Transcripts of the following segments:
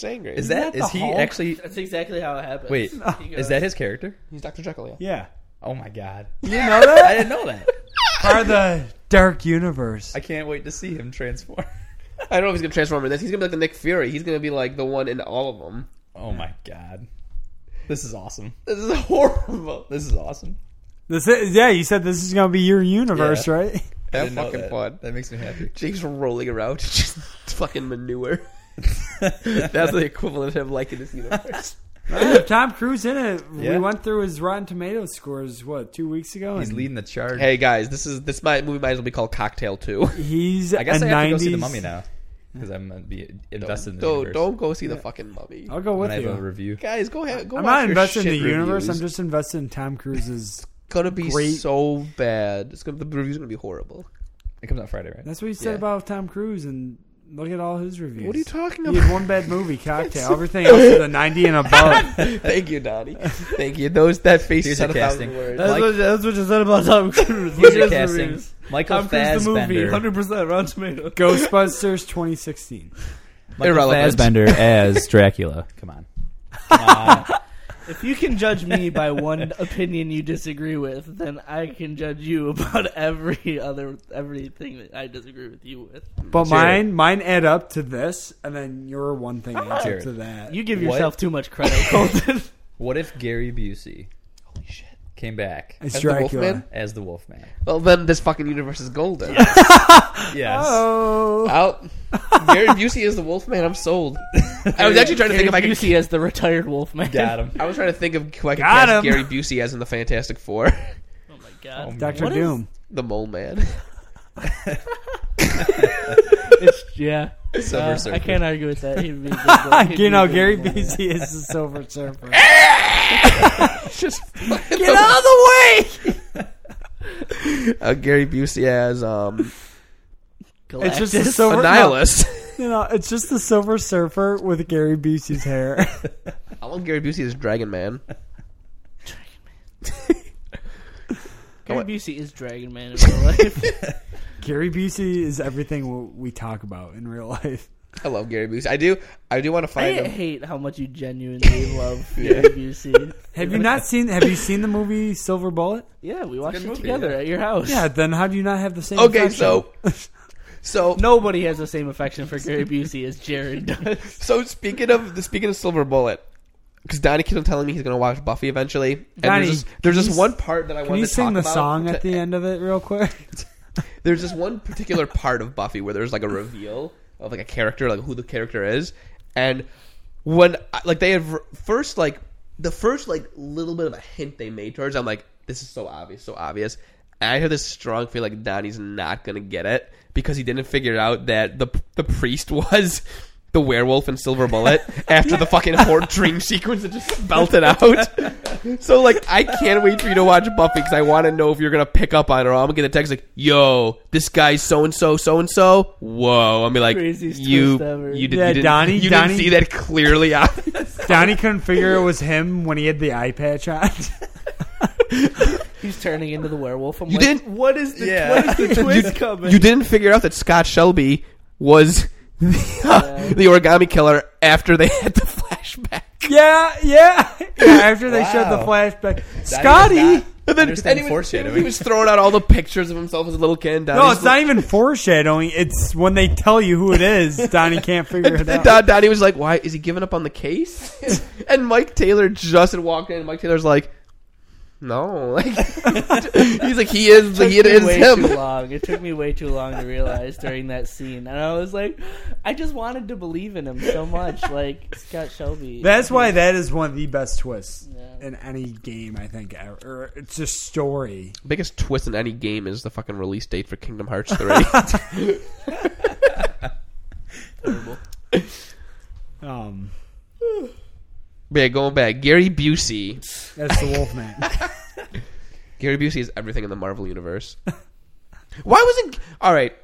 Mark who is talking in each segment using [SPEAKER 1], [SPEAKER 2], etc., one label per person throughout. [SPEAKER 1] Belgrade.
[SPEAKER 2] Is
[SPEAKER 3] Isn't
[SPEAKER 2] that
[SPEAKER 3] that
[SPEAKER 2] is he
[SPEAKER 3] the Hulk?
[SPEAKER 2] actually?
[SPEAKER 1] That's exactly how it happens.
[SPEAKER 2] Wait,
[SPEAKER 1] He goes-
[SPEAKER 2] is that his character?
[SPEAKER 1] He's Dr. Jekyll. Yeah.
[SPEAKER 3] Yeah.
[SPEAKER 2] Oh my god,
[SPEAKER 3] You know
[SPEAKER 2] I
[SPEAKER 3] that?
[SPEAKER 2] didn't know that.
[SPEAKER 3] Part of the dark universe.
[SPEAKER 2] I can't wait to see him transform.
[SPEAKER 1] I don't know if he's gonna transform into this. He's gonna be like the Nick Fury. He's gonna be like the one in all of them.
[SPEAKER 2] Oh my god, this is awesome.
[SPEAKER 1] This is horrible.
[SPEAKER 2] This is awesome.
[SPEAKER 3] This is, yeah, you said this is going to be your universe,
[SPEAKER 2] Yeah.
[SPEAKER 3] right?
[SPEAKER 2] I
[SPEAKER 1] That
[SPEAKER 2] didn't know
[SPEAKER 1] fucking
[SPEAKER 2] that.
[SPEAKER 1] fun.
[SPEAKER 2] That makes me happy.
[SPEAKER 1] Jake's rolling around, just fucking manure. That's the equivalent of liking this universe.
[SPEAKER 3] Yeah, Tom Cruise in it.
[SPEAKER 2] Yeah.
[SPEAKER 3] We went through his Rotten Tomatoes scores, what, two weeks ago?
[SPEAKER 2] He's
[SPEAKER 3] and
[SPEAKER 2] leading the charge.
[SPEAKER 1] hey guys, this is this might movie might as well be called Cocktail Two.
[SPEAKER 3] He's
[SPEAKER 2] I guess
[SPEAKER 3] a
[SPEAKER 2] I have
[SPEAKER 3] 90s.
[SPEAKER 2] to go see the Mummy now because I'm gonna be invested in the
[SPEAKER 1] Don't
[SPEAKER 2] universe.
[SPEAKER 1] don't go see the fucking mummy.
[SPEAKER 3] I'll go
[SPEAKER 2] when
[SPEAKER 3] with
[SPEAKER 2] I have a
[SPEAKER 3] you.
[SPEAKER 2] review.
[SPEAKER 1] Guys, go ahead. Go
[SPEAKER 3] I'm
[SPEAKER 1] watch
[SPEAKER 3] not
[SPEAKER 1] your
[SPEAKER 3] invested in
[SPEAKER 1] shit
[SPEAKER 3] the universe.
[SPEAKER 1] reviews.
[SPEAKER 3] I'm just invested in Tom Cruise's.
[SPEAKER 1] gonna be
[SPEAKER 3] great-
[SPEAKER 1] so bad. It's gonna the reviews gonna be horrible.
[SPEAKER 2] It comes out Friday, right?
[SPEAKER 3] That's what you said
[SPEAKER 1] Yeah.
[SPEAKER 3] about Tom Cruise, and look at all his reviews.
[SPEAKER 1] What are you talking
[SPEAKER 3] He had
[SPEAKER 1] about?
[SPEAKER 3] one bad movie, Cocktail. Everything else is a 90 and above.
[SPEAKER 1] Thank you, Donnie. Thank you. Those that face
[SPEAKER 2] Here's
[SPEAKER 1] said a
[SPEAKER 2] your
[SPEAKER 1] thousand
[SPEAKER 2] casting.
[SPEAKER 1] words.
[SPEAKER 3] That's,
[SPEAKER 2] Mike-
[SPEAKER 3] what, that's what you said about Tom Cruise.
[SPEAKER 2] Here's
[SPEAKER 3] Look
[SPEAKER 2] your
[SPEAKER 3] at his
[SPEAKER 2] casting.
[SPEAKER 3] reviews.
[SPEAKER 2] Michael
[SPEAKER 3] Tom Cruise the movie,
[SPEAKER 2] Fassbender.
[SPEAKER 3] 100% Rotten Tomatoes. Ghostbusters 2016.
[SPEAKER 2] Michael
[SPEAKER 1] Irrelevant.
[SPEAKER 2] Fassbender as Dracula. Come on.
[SPEAKER 4] If you can judge me by one opinion you disagree with, then I can judge you about every other everything that I disagree with you with.
[SPEAKER 3] But
[SPEAKER 2] Jared.
[SPEAKER 3] mine, mine add up to this, and then your one thing adds up
[SPEAKER 2] Jared.
[SPEAKER 3] to that.
[SPEAKER 4] You give
[SPEAKER 2] What?
[SPEAKER 4] yourself too much credit, Colton.
[SPEAKER 2] What if Gary Busey
[SPEAKER 1] Holy shit.
[SPEAKER 2] came back
[SPEAKER 3] it's
[SPEAKER 1] As the
[SPEAKER 3] Dracula.
[SPEAKER 1] Wolfman?
[SPEAKER 2] as the Wolfman?
[SPEAKER 1] Well, then this fucking universe is golden.
[SPEAKER 2] Yes.
[SPEAKER 3] Oh,
[SPEAKER 1] Out. Gary Busey is the Wolfman. I'm sold. I was actually trying to think if I could.
[SPEAKER 4] see as the retired Wolfman.
[SPEAKER 2] Got him.
[SPEAKER 1] I was trying to think of who I could
[SPEAKER 3] Got
[SPEAKER 1] cast
[SPEAKER 3] him.
[SPEAKER 1] Gary Busey as in the Fantastic Four,
[SPEAKER 4] Oh my god,
[SPEAKER 3] Doctor
[SPEAKER 4] What is-
[SPEAKER 3] Doom.
[SPEAKER 1] the Mole Man.
[SPEAKER 4] it's, yeah,
[SPEAKER 2] Silver
[SPEAKER 4] Uh,
[SPEAKER 2] Surfer.
[SPEAKER 4] I can't argue with that. He'd be a good one. He'd
[SPEAKER 3] you know,
[SPEAKER 4] be a
[SPEAKER 3] Gary
[SPEAKER 4] good one.
[SPEAKER 3] Busey is the Silver Surfer.
[SPEAKER 1] Just
[SPEAKER 3] Get out of the
[SPEAKER 1] uh, Gary Busey as um,
[SPEAKER 3] way! It's
[SPEAKER 4] Galactus.
[SPEAKER 3] just the
[SPEAKER 1] a
[SPEAKER 3] Silver no,
[SPEAKER 1] nihilist.
[SPEAKER 3] you know, it's just the Silver Surfer with Gary Busey's hair.
[SPEAKER 1] I want Gary Busey as Dragon Man.
[SPEAKER 4] Gary Busey is Dragon Man in real life.
[SPEAKER 3] Gary Busey is everything w- we talk about in real life.
[SPEAKER 1] I love Gary Busey. I do. I do want to
[SPEAKER 4] I
[SPEAKER 1] find him.
[SPEAKER 4] hate how much you genuinely love Gary Busey.
[SPEAKER 3] Have you not seen? Have you seen the movie Silver Bullet?
[SPEAKER 4] Yeah, we watched
[SPEAKER 2] good
[SPEAKER 4] it
[SPEAKER 2] movie,
[SPEAKER 4] together
[SPEAKER 2] yeah.
[SPEAKER 4] at your house.
[SPEAKER 3] Yeah. Then how do you not have the same?
[SPEAKER 1] Okay,
[SPEAKER 3] impression?
[SPEAKER 1] so, so
[SPEAKER 4] Nobody has the same affection for Gary Busey as Jared does.
[SPEAKER 1] So speaking of the speaking of Silver Bullet, because Donnie keeps on telling me he's gonna watch Buffy eventually, and
[SPEAKER 3] Donnie,
[SPEAKER 1] there's just, there's
[SPEAKER 3] can
[SPEAKER 1] just
[SPEAKER 3] you-
[SPEAKER 1] one part that I
[SPEAKER 3] can
[SPEAKER 1] wanted
[SPEAKER 3] you
[SPEAKER 1] to talk
[SPEAKER 3] sing the
[SPEAKER 1] about
[SPEAKER 3] song
[SPEAKER 1] to-
[SPEAKER 3] at the end of it real quick?
[SPEAKER 1] There's just one particular part of Buffy where there's like a reveal of like a character, like who the character is, and when I- like they have first like the first like little bit of a hint they made towards, I'm like, this is so obvious, so obvious. And I have this strong feeling like Donnie's not gonna get it because he didn't figure out that the the priest was. The werewolf and Silver Bullet after the fucking horror dream sequence that just spelt it out. So like I can't wait for you to watch Buffy because I want to know if you're gonna pick up on it. Or I'm gonna get a text like, "Yo, this guy's so and so, so and so." Whoa, I'm be like,
[SPEAKER 4] Craziest
[SPEAKER 1] "You,
[SPEAKER 4] twist ever.
[SPEAKER 1] you, did,
[SPEAKER 3] Yeah,
[SPEAKER 1] you didn't,
[SPEAKER 3] Donnie-
[SPEAKER 1] you
[SPEAKER 3] Donnie-
[SPEAKER 1] didn't see that clearly out."
[SPEAKER 3] Donnie couldn't figure it was him when he had the eye patch on.
[SPEAKER 4] He's turning into the werewolf. I'm
[SPEAKER 1] You
[SPEAKER 4] like,
[SPEAKER 1] didn't-
[SPEAKER 4] What is the,
[SPEAKER 2] Yeah.
[SPEAKER 4] what is the twist
[SPEAKER 1] you,
[SPEAKER 4] coming?
[SPEAKER 1] you didn't figure out that Scott Shelby was the, the origami killer after they had the flashback.
[SPEAKER 3] yeah, yeah. yeah after they showed the
[SPEAKER 2] Wow.
[SPEAKER 3] flashback, Scotty.
[SPEAKER 1] And then and he, was,
[SPEAKER 2] foreshadowing.
[SPEAKER 1] he was throwing out all the pictures of himself as a little kid.
[SPEAKER 3] No, it's not even foreshadowing. It's when they tell you who it is, Donnie can't figure it
[SPEAKER 1] And
[SPEAKER 3] out.
[SPEAKER 1] Don, Donnie was like, "Why is he giving up on the case?" and Mike Taylor just had walked in. And Mike Taylor's like, "No, like he's like he is the
[SPEAKER 4] It
[SPEAKER 1] he it
[SPEAKER 4] took
[SPEAKER 1] is
[SPEAKER 4] me way too
[SPEAKER 1] him."
[SPEAKER 4] long. It took me way too long to realize during that scene, and I was like, I just wanted to believe in him so much, like Scott Shelby.
[SPEAKER 3] That's why that is one of the best twists
[SPEAKER 4] Yeah.
[SPEAKER 3] in any game, I think. Ever. Or It's a story.
[SPEAKER 1] Biggest twist in any game is the fucking release date for Kingdom Hearts three.
[SPEAKER 3] Um,
[SPEAKER 1] But yeah, going back, Gary Busey.
[SPEAKER 3] that's the Wolfman.
[SPEAKER 1] Gary Busey is everything in the Marvel universe. Why wasn't all right?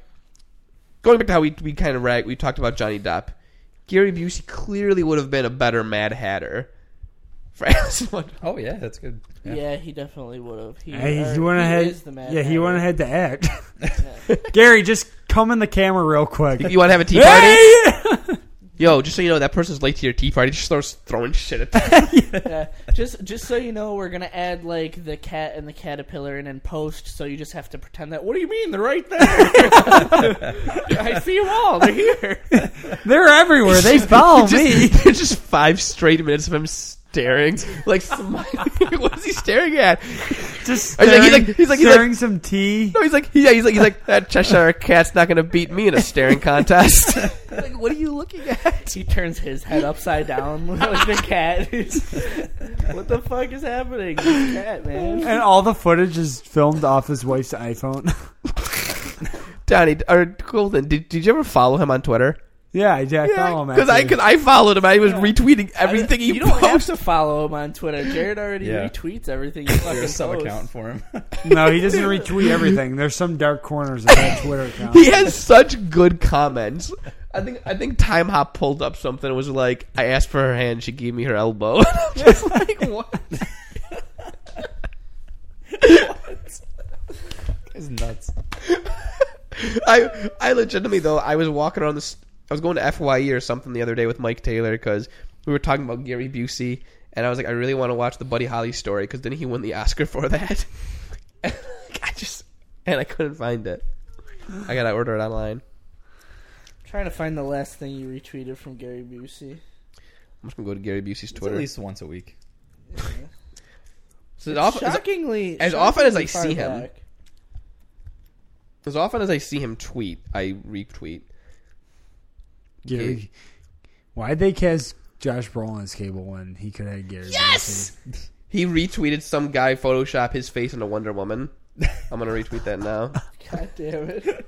[SPEAKER 1] Going back to how we we kind of rag, we talked about Johnny Depp. Gary Busey clearly would have been a better Mad Hatter for Alice in Wonderland.
[SPEAKER 2] Oh yeah, that's good.
[SPEAKER 4] yeah.
[SPEAKER 2] Yeah.
[SPEAKER 4] he definitely would have. He,
[SPEAKER 3] Hey,
[SPEAKER 4] or
[SPEAKER 3] he went
[SPEAKER 4] he
[SPEAKER 3] ahead.
[SPEAKER 4] is the Mad
[SPEAKER 3] yeah, he
[SPEAKER 4] Hatter.
[SPEAKER 3] went ahead to act. Gary, just come in the camera real quick.
[SPEAKER 1] You want to have a tea party?
[SPEAKER 3] Hey!
[SPEAKER 1] yo, just so you know, that person's late to your tea party. Just starts throwing shit at them.
[SPEAKER 4] Yeah. Just just so you know, we're gonna add like the cat and the caterpillar and then post. So you just have to pretend that. What do you mean? They're right there. I see them all. They're here.
[SPEAKER 3] They're everywhere. They follow
[SPEAKER 1] just,
[SPEAKER 3] me.
[SPEAKER 1] There's just five straight minutes of him staring, like smiling. what is he staring at?
[SPEAKER 3] Just
[SPEAKER 1] He's
[SPEAKER 3] staring,
[SPEAKER 1] like- he's like- he's like- he's like-
[SPEAKER 3] stirring some tea.
[SPEAKER 1] No, he's like, yeah, he's like, he's like, that Cheshire cat's not gonna beat me in a staring contest. like, what are you looking at?
[SPEAKER 4] He turns his head upside down like the cat. what the fuck is happening? This cat man.
[SPEAKER 3] And all the footage is filmed off his wife's iPhone.
[SPEAKER 1] Donnie or Golden, did, did you ever follow him on Twitter?
[SPEAKER 3] yeah, I yeah, follow him.
[SPEAKER 1] because I
[SPEAKER 3] after.
[SPEAKER 1] because I followed him. I was retweeting everything he
[SPEAKER 4] you don't have
[SPEAKER 1] posted.
[SPEAKER 4] to follow him on Twitter. Jared already
[SPEAKER 2] Yeah.
[SPEAKER 4] retweets everything he fucking
[SPEAKER 2] There's
[SPEAKER 4] posts.
[SPEAKER 2] some account for him.
[SPEAKER 3] No, he doesn't retweet everything. There's some dark corners of that Twitter account.
[SPEAKER 1] He has such good comments. I think I think Time Hop pulled up something. and was like I asked for her hand, she gave me her elbow. I'm just like what?
[SPEAKER 2] it's nuts.
[SPEAKER 1] I I legitimately though I was walking around this. I was going to Fye or something the other day with Mike Taylor because we were talking about Gary Busey, and I was like, I really want to watch the Buddy Holly story because then he won the Oscar for that. and like, I just and I couldn't find it. I gotta order it online.
[SPEAKER 4] Trying to find the last thing you retweeted from Gary Busey.
[SPEAKER 1] I'm just gonna go to Gary Busey's
[SPEAKER 2] It's at
[SPEAKER 1] Twitter.
[SPEAKER 2] least once a week.
[SPEAKER 1] so as, often, as,
[SPEAKER 4] shockingly,
[SPEAKER 1] as often as I
[SPEAKER 4] shockingly
[SPEAKER 1] see
[SPEAKER 4] far
[SPEAKER 1] him.
[SPEAKER 4] back.
[SPEAKER 1] as often as I see him tweet, I retweet.
[SPEAKER 3] Gary, why'd they cast Josh Brolin as Cable when he could have Gary? Yes.
[SPEAKER 1] He retweeted some guy Photoshop his face into Wonder Woman. I'm gonna retweet that now.
[SPEAKER 4] God damn it.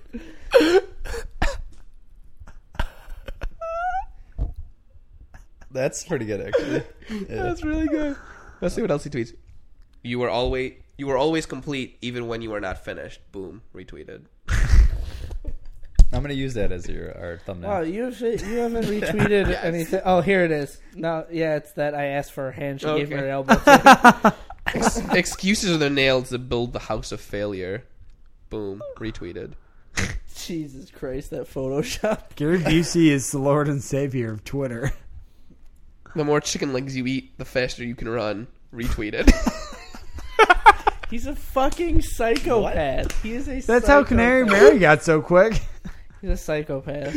[SPEAKER 2] That's pretty good, actually. Yeah.
[SPEAKER 1] That's really good. Let's see what else he tweets. You were always you were always complete even when you were not finished. Boom, retweeted.
[SPEAKER 2] I'm gonna use that as your our thumbnail.
[SPEAKER 4] Wow, Oh, you have, you haven't retweeted anything. Oh, here it is. No, yeah, it's that I asked for a hand. She gave me
[SPEAKER 1] Okay.
[SPEAKER 4] her elbow. thing.
[SPEAKER 1] Ex- excuses are the nails that build the house of failure. Boom, retweeted.
[SPEAKER 4] Jesus Christ, that Photoshop.
[SPEAKER 3] Gary Busey is the Lord and Savior of Twitter.
[SPEAKER 1] The more chicken legs you eat, the faster you can run. Retweeted.
[SPEAKER 4] He's a fucking psychopath. He is a.
[SPEAKER 3] That's how
[SPEAKER 4] psychopath.
[SPEAKER 3] Canary Mary got so quick.
[SPEAKER 4] He's a psychopath.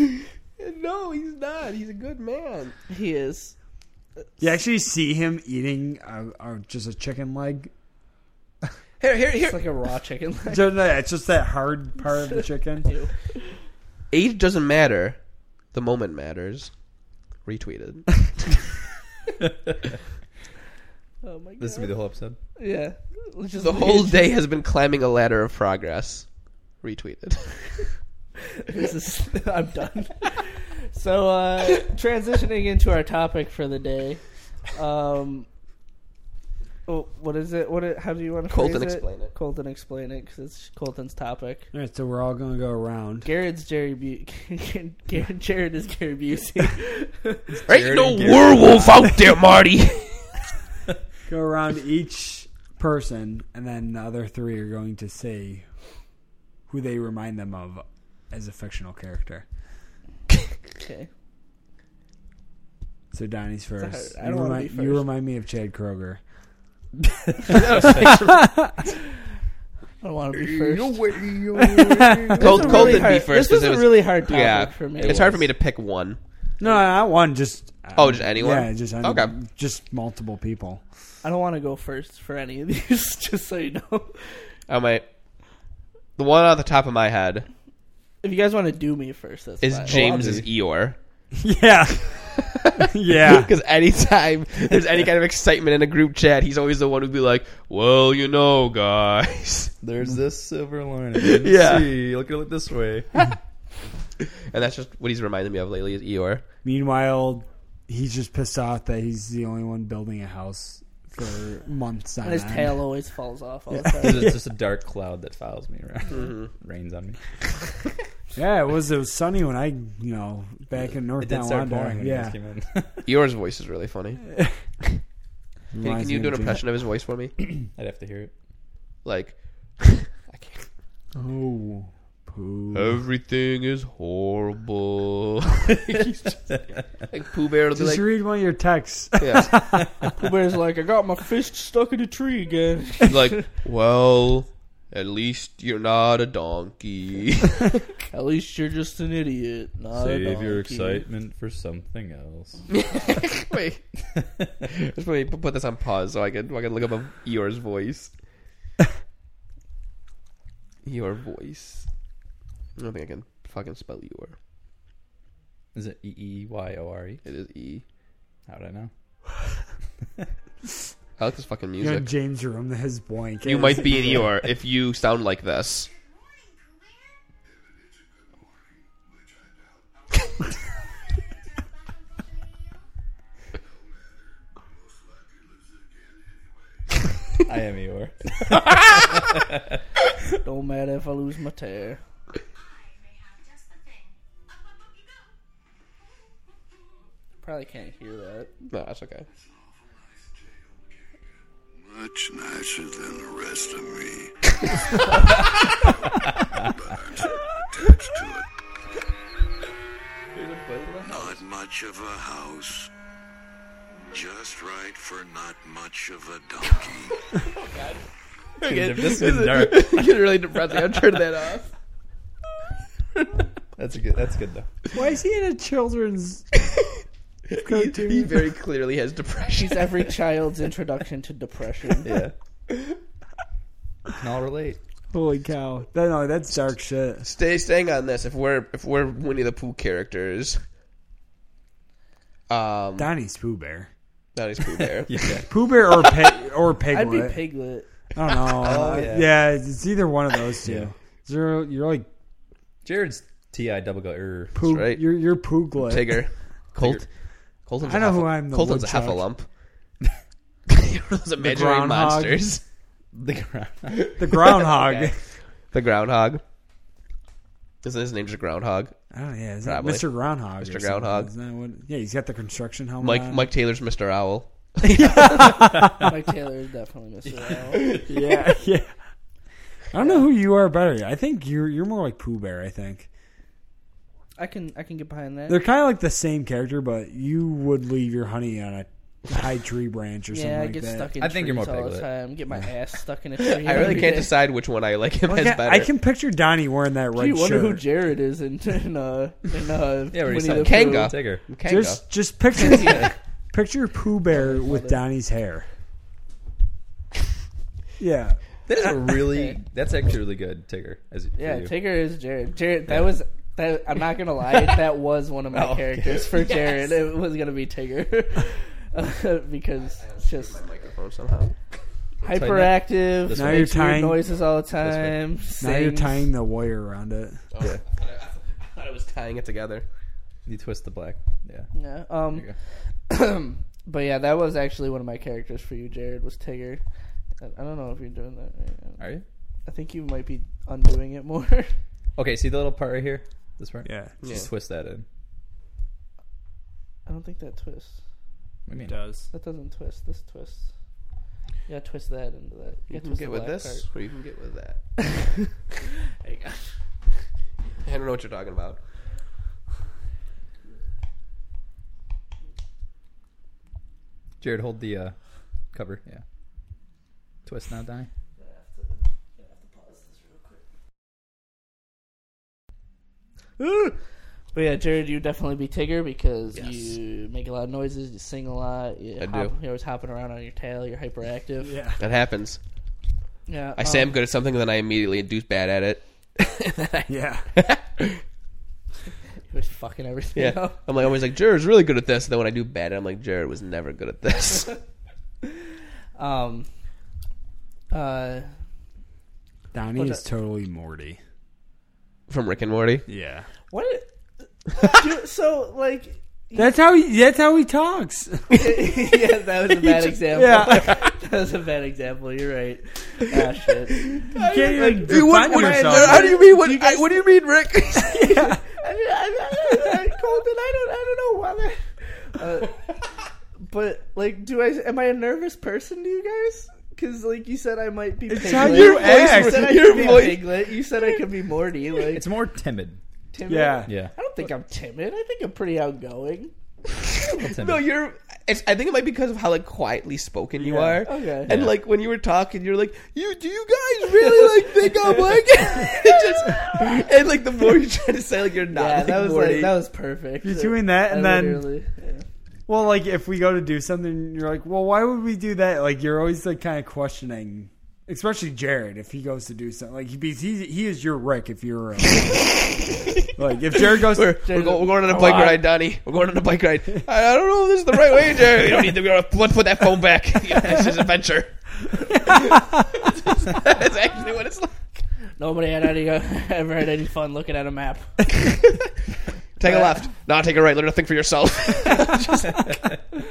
[SPEAKER 1] no, he's not. He's a good man.
[SPEAKER 4] He is.
[SPEAKER 3] You actually see him eating uh, uh, just a chicken leg.
[SPEAKER 1] Here, here,
[SPEAKER 4] It's
[SPEAKER 1] here.
[SPEAKER 4] like a raw chicken leg.
[SPEAKER 3] Just- no, It's just that hard part of the chicken.
[SPEAKER 4] Ew.
[SPEAKER 1] Age doesn't matter. The moment matters. Retweeted.
[SPEAKER 4] Oh my god.
[SPEAKER 2] This will be the whole episode.
[SPEAKER 4] yeah. Let's Just
[SPEAKER 1] The whole day has been climbing a ladder of progress. Retweeted.
[SPEAKER 4] This is. I'm done. So, uh, transitioning into our topic for the day. Um. oh, What is it? What? It, how do you want to
[SPEAKER 1] Colton,
[SPEAKER 4] phrase
[SPEAKER 1] explain it.
[SPEAKER 4] Colton, explain it because it's Colton's topic.
[SPEAKER 3] All right, so we're all gonna go around.
[SPEAKER 4] Garrett's Jerry Bu- Garrett, Jared is Gary Busey.
[SPEAKER 1] Ain't no
[SPEAKER 2] and Gary.
[SPEAKER 1] werewolf out there, Marty.
[SPEAKER 3] Go around each person, and then the other three are going to say who they remind them of as a fictional character.
[SPEAKER 4] okay.
[SPEAKER 3] So Donnie's first.
[SPEAKER 4] I
[SPEAKER 3] you,
[SPEAKER 4] don't wanna
[SPEAKER 3] remind,
[SPEAKER 4] be
[SPEAKER 3] you
[SPEAKER 4] first.
[SPEAKER 3] remind me of Chad Kroger.
[SPEAKER 4] I don't want to be first.
[SPEAKER 1] Col-
[SPEAKER 4] This is a
[SPEAKER 1] Colton
[SPEAKER 4] really
[SPEAKER 1] be
[SPEAKER 4] hard-
[SPEAKER 1] first. it
[SPEAKER 4] This is a
[SPEAKER 1] was-
[SPEAKER 4] really hard topic
[SPEAKER 1] yeah,
[SPEAKER 4] for me.
[SPEAKER 1] It's hard for me to pick one.
[SPEAKER 3] No, not one. Just
[SPEAKER 1] Oh, just anyone?
[SPEAKER 3] Yeah, just any-
[SPEAKER 1] Okay.
[SPEAKER 3] Just multiple people.
[SPEAKER 4] I don't want to go first for any of these, just so you know.
[SPEAKER 1] I might. The one on the top of my head
[SPEAKER 4] If you guys want to do me first, that's
[SPEAKER 1] is
[SPEAKER 4] fine.
[SPEAKER 1] James is Eeyore.
[SPEAKER 3] Yeah. yeah.
[SPEAKER 1] Because anytime there's any kind of excitement in a group chat, he's always the one who'd be like, "Well, you know, guys,"
[SPEAKER 2] There's this silver lining. You can
[SPEAKER 1] Yeah.
[SPEAKER 2] See, look at it this way.
[SPEAKER 1] and that's just what he's reminded me of lately is Eeyore.
[SPEAKER 3] Meanwhile, he's just pissed off that he's the only one building a house for months on
[SPEAKER 4] Oh, And his
[SPEAKER 3] end.
[SPEAKER 4] tail always falls off all the time.
[SPEAKER 2] It's just a dark cloud that follows me around,
[SPEAKER 4] Mm-hmm.
[SPEAKER 2] rains on me.
[SPEAKER 3] Yeah, it was it was sunny when I you know back in North
[SPEAKER 2] It did start pouring
[SPEAKER 3] Carolina.
[SPEAKER 2] when you guys
[SPEAKER 3] Yeah.
[SPEAKER 2] came in.
[SPEAKER 1] Eeyore's voice is really funny. Can,
[SPEAKER 3] Reminds
[SPEAKER 1] can you
[SPEAKER 3] me
[SPEAKER 1] do an
[SPEAKER 3] of Jim.
[SPEAKER 1] impression of his voice for me?
[SPEAKER 2] I'd have to hear it.
[SPEAKER 1] Like, I can't.
[SPEAKER 3] Oh, Pooh.
[SPEAKER 1] Everything is horrible. like Pooh Bear will be
[SPEAKER 3] Just
[SPEAKER 1] like,
[SPEAKER 3] read one of your texts.
[SPEAKER 1] yeah.
[SPEAKER 4] Pooh Bear's like, I got my fist stuck in a tree again.
[SPEAKER 1] He's like, well, at least you're not a donkey.
[SPEAKER 4] At least you're just an idiot. Not a
[SPEAKER 2] Save your
[SPEAKER 4] donkey."
[SPEAKER 2] excitement for something else.
[SPEAKER 1] Wait, let's probably put put this on pause so I can I can look up a Eeyore's voice. Eeyore voice. I don't think I can fucking spell Eeyore.
[SPEAKER 2] Is it E E Y O R E?
[SPEAKER 1] It is E.
[SPEAKER 2] How would I know?
[SPEAKER 1] I like this fucking
[SPEAKER 3] You know,
[SPEAKER 1] music.
[SPEAKER 3] James' room, his blanket.
[SPEAKER 1] You
[SPEAKER 3] is-
[SPEAKER 1] might be an Eeyore if you sound like this.
[SPEAKER 2] I am Eeyore.
[SPEAKER 4] Don't matter if I lose my tail.
[SPEAKER 5] I may have just the thing. Up, up, up you go.
[SPEAKER 4] Probably can't hear that.
[SPEAKER 1] No, that's okay.
[SPEAKER 6] Much nicer than the rest of me. but I'm attached to it. Not much of a house. Just right for not much of a donkey.
[SPEAKER 2] Dude,
[SPEAKER 1] This
[SPEAKER 2] this
[SPEAKER 1] is
[SPEAKER 2] is dark.
[SPEAKER 1] getting really depressing. I'll turn that off.
[SPEAKER 2] That's a good. That's good though.
[SPEAKER 3] Why is he in a children's
[SPEAKER 1] He,
[SPEAKER 3] cartoon?
[SPEAKER 1] he very clearly has depression.
[SPEAKER 4] She's every child's introduction to depression.
[SPEAKER 2] Yeah. Can all relate.
[SPEAKER 3] Holy cow! That, no, that's dark shit.
[SPEAKER 1] Stay staying on this. If we're if we're Winnie the Pooh characters, um,
[SPEAKER 3] Donnie's Pooh Bear.
[SPEAKER 1] that is Pooh Bear.
[SPEAKER 2] Yeah.
[SPEAKER 3] Pooh Bear or pig or
[SPEAKER 4] I'd be
[SPEAKER 3] Piglet.
[SPEAKER 4] Piglet.
[SPEAKER 3] I don't know. Uh,
[SPEAKER 2] Oh,
[SPEAKER 3] yeah.
[SPEAKER 2] yeah.
[SPEAKER 3] it's either one of those two.
[SPEAKER 2] Yeah.
[SPEAKER 3] You're, you're like
[SPEAKER 2] Jared's T I double go er.
[SPEAKER 3] Pooh.
[SPEAKER 1] right.
[SPEAKER 3] You're you're Pooglet.
[SPEAKER 1] Tigger, Colt, Colton's
[SPEAKER 3] I know
[SPEAKER 1] a
[SPEAKER 3] who
[SPEAKER 1] Huffle-
[SPEAKER 3] I'm, the
[SPEAKER 1] Colton's
[SPEAKER 3] woodchuck.
[SPEAKER 1] a Heffalump. You're those imaginary
[SPEAKER 3] groundhog.
[SPEAKER 1] monsters.
[SPEAKER 2] The ground.
[SPEAKER 3] The groundhog.
[SPEAKER 1] Okay. The groundhog. Isn't his name just groundhog?
[SPEAKER 3] I don't know. Yeah, is it
[SPEAKER 1] Probably.
[SPEAKER 3] Mr. Groundhog. or
[SPEAKER 1] Mr.
[SPEAKER 3] something?
[SPEAKER 1] Groundhog.
[SPEAKER 3] Isn't that what, yeah, he's got the construction helmet.
[SPEAKER 1] Mike
[SPEAKER 3] on.
[SPEAKER 1] Mike Taylor's Mr. Owl.
[SPEAKER 4] Mike Taylor is definitely Mr. Owl.
[SPEAKER 3] Yeah, yeah. I don't know who you are better. I think you're you're more like Pooh Bear. I think
[SPEAKER 4] I can I can get behind that.
[SPEAKER 3] they're kind of like the same character, but you would leave your honey on a high tree branch or something
[SPEAKER 4] yeah, I
[SPEAKER 3] like
[SPEAKER 4] get
[SPEAKER 3] that.
[SPEAKER 4] stuck in
[SPEAKER 2] I think you're
[SPEAKER 4] trees
[SPEAKER 2] more
[SPEAKER 4] all the
[SPEAKER 2] Piglet.
[SPEAKER 4] time. Get my ass stuck in a tree.
[SPEAKER 1] I really
[SPEAKER 4] every
[SPEAKER 1] can't
[SPEAKER 4] day.
[SPEAKER 1] decide which one I like him
[SPEAKER 3] Like,
[SPEAKER 1] as
[SPEAKER 3] I,
[SPEAKER 1] better.
[SPEAKER 3] I can picture Donnie wearing that red
[SPEAKER 4] you wonder
[SPEAKER 3] shirt.
[SPEAKER 4] who Jared is in, in uh in uh
[SPEAKER 2] Yeah, we're
[SPEAKER 4] Winnie
[SPEAKER 2] excited.
[SPEAKER 4] the Pooh.
[SPEAKER 1] Kanga.
[SPEAKER 2] Tigger.
[SPEAKER 1] Kango.
[SPEAKER 3] just just picture picture Pooh Bear with Donnie's hair. Yeah,
[SPEAKER 2] That is a really. That's actually really good. Tigger. As for
[SPEAKER 4] Yeah,
[SPEAKER 2] you.
[SPEAKER 4] Tigger is Jared. Jared, that was that. I'm not gonna lie, that was one of my
[SPEAKER 2] Oh, okay.
[SPEAKER 4] characters for Jared. It was gonna be Tigger because it's just
[SPEAKER 1] microphone somehow.
[SPEAKER 2] tighten it.
[SPEAKER 4] hyperactive.
[SPEAKER 2] This
[SPEAKER 3] Now
[SPEAKER 4] makes
[SPEAKER 3] you're
[SPEAKER 4] weird
[SPEAKER 3] tying-
[SPEAKER 4] noises all the time.
[SPEAKER 3] now you're
[SPEAKER 4] sings.
[SPEAKER 3] tying the wire around it.
[SPEAKER 1] I thought I was tying it together.
[SPEAKER 2] You twist the black. Yeah.
[SPEAKER 4] Yeah. Um.
[SPEAKER 2] There
[SPEAKER 4] but yeah, that was actually one of my characters for you, Jared. Was Tigger. I I don't know if you're doing that right. now.
[SPEAKER 2] Are you?
[SPEAKER 4] I think you might be undoing it more.
[SPEAKER 2] Okay. See the little part right here. This part.
[SPEAKER 3] Yeah,
[SPEAKER 2] Just
[SPEAKER 1] Yeah.
[SPEAKER 2] twist that in.
[SPEAKER 4] I don't think that twists.
[SPEAKER 2] What do you mean?
[SPEAKER 7] does.
[SPEAKER 4] That doesn't twist. This twists. Yeah, twist that into that.
[SPEAKER 1] You
[SPEAKER 4] Yeah,
[SPEAKER 1] can
[SPEAKER 4] twist
[SPEAKER 1] Mm-hmm. get
[SPEAKER 4] the
[SPEAKER 1] with
[SPEAKER 4] black
[SPEAKER 1] this,
[SPEAKER 4] part.
[SPEAKER 1] or you can get with that. I don't know what you're talking about.
[SPEAKER 2] Jared, hold the uh, cover. Yeah. Twist now, Donnie.
[SPEAKER 4] But yeah, Jared, you definitely be Tigger because
[SPEAKER 2] Yes.
[SPEAKER 4] you make a lot of noises, you sing a lot, you
[SPEAKER 1] I
[SPEAKER 4] hop,
[SPEAKER 1] do.
[SPEAKER 4] You're always hopping around on your tail. You're hyperactive.
[SPEAKER 3] yeah.
[SPEAKER 1] That happens.
[SPEAKER 4] yeah. um,
[SPEAKER 1] I say I'm good at something, then I immediately do bad at it.
[SPEAKER 3] Yeah.
[SPEAKER 4] He was fucking everything
[SPEAKER 1] Yeah,
[SPEAKER 4] up.
[SPEAKER 1] I'm like always like Jared's really good at this, and then when I do bad, at it, I'm like Jared was never good at this.
[SPEAKER 4] Um. Uh.
[SPEAKER 3] Donnie
[SPEAKER 4] What's
[SPEAKER 3] is totally Morty.
[SPEAKER 1] From Rick and Morty,
[SPEAKER 3] Yeah.
[SPEAKER 4] What? Dude, so like,
[SPEAKER 3] That's how he that's how he talks.
[SPEAKER 4] yeah, that was a bad example.
[SPEAKER 3] Yeah.
[SPEAKER 4] that was a bad example. You're right. Ah, shit.
[SPEAKER 3] You can't even
[SPEAKER 1] Dude, what-
[SPEAKER 3] define
[SPEAKER 1] what-
[SPEAKER 3] yourself.
[SPEAKER 1] how do you mean? What, I, what do you mean, Rick?
[SPEAKER 4] I, mean, I, I, I, Colton, I don't, I don't know why. That, uh, but like, do I? Am I a nervous person to you guys? Because, like you said, I might be.
[SPEAKER 3] It's
[SPEAKER 4] Piglet.
[SPEAKER 3] how you
[SPEAKER 4] You
[SPEAKER 1] act.
[SPEAKER 4] said I
[SPEAKER 1] Your
[SPEAKER 4] could be
[SPEAKER 1] voice-
[SPEAKER 4] Piglet. You said I could be Morty. Like
[SPEAKER 2] It's more timid.
[SPEAKER 4] timid.
[SPEAKER 3] Yeah.
[SPEAKER 2] Yeah.
[SPEAKER 4] I don't think I'm timid. I think I'm pretty outgoing.
[SPEAKER 2] timid.
[SPEAKER 1] no, you're. It's, I think it might be because of how like quietly spoken you
[SPEAKER 3] Yeah.
[SPEAKER 1] are.
[SPEAKER 4] Okay.
[SPEAKER 1] And
[SPEAKER 2] Yeah.
[SPEAKER 1] like when you were talking, you're like, "You do you guys really like think I'm like?" It just, and like the more you try to say, like you're not.
[SPEAKER 4] Yeah,
[SPEAKER 1] like,
[SPEAKER 4] that was
[SPEAKER 1] Morty.
[SPEAKER 4] like, that was perfect.
[SPEAKER 3] You're doing that, and then
[SPEAKER 4] literally- yeah.
[SPEAKER 3] well, like if we go to do something, you're like, well, why would we do that? Like you're always like kind of questioning, especially Jared if he goes to do something. Like he because he he is your Rick if you're a, like if Jared goes.
[SPEAKER 1] We're, we're, go, we're going on a bike ride, Donnie. We're going on a bike ride. I, I don't know if this is the right way, Jerry. You don't need to go. Let's put that phone back. That's just adventure. That's actually what it's like.
[SPEAKER 4] nobody had any uh, ever had any fun looking at a map. Oh
[SPEAKER 1] Take a left. No, take a right. Learn to think for yourself.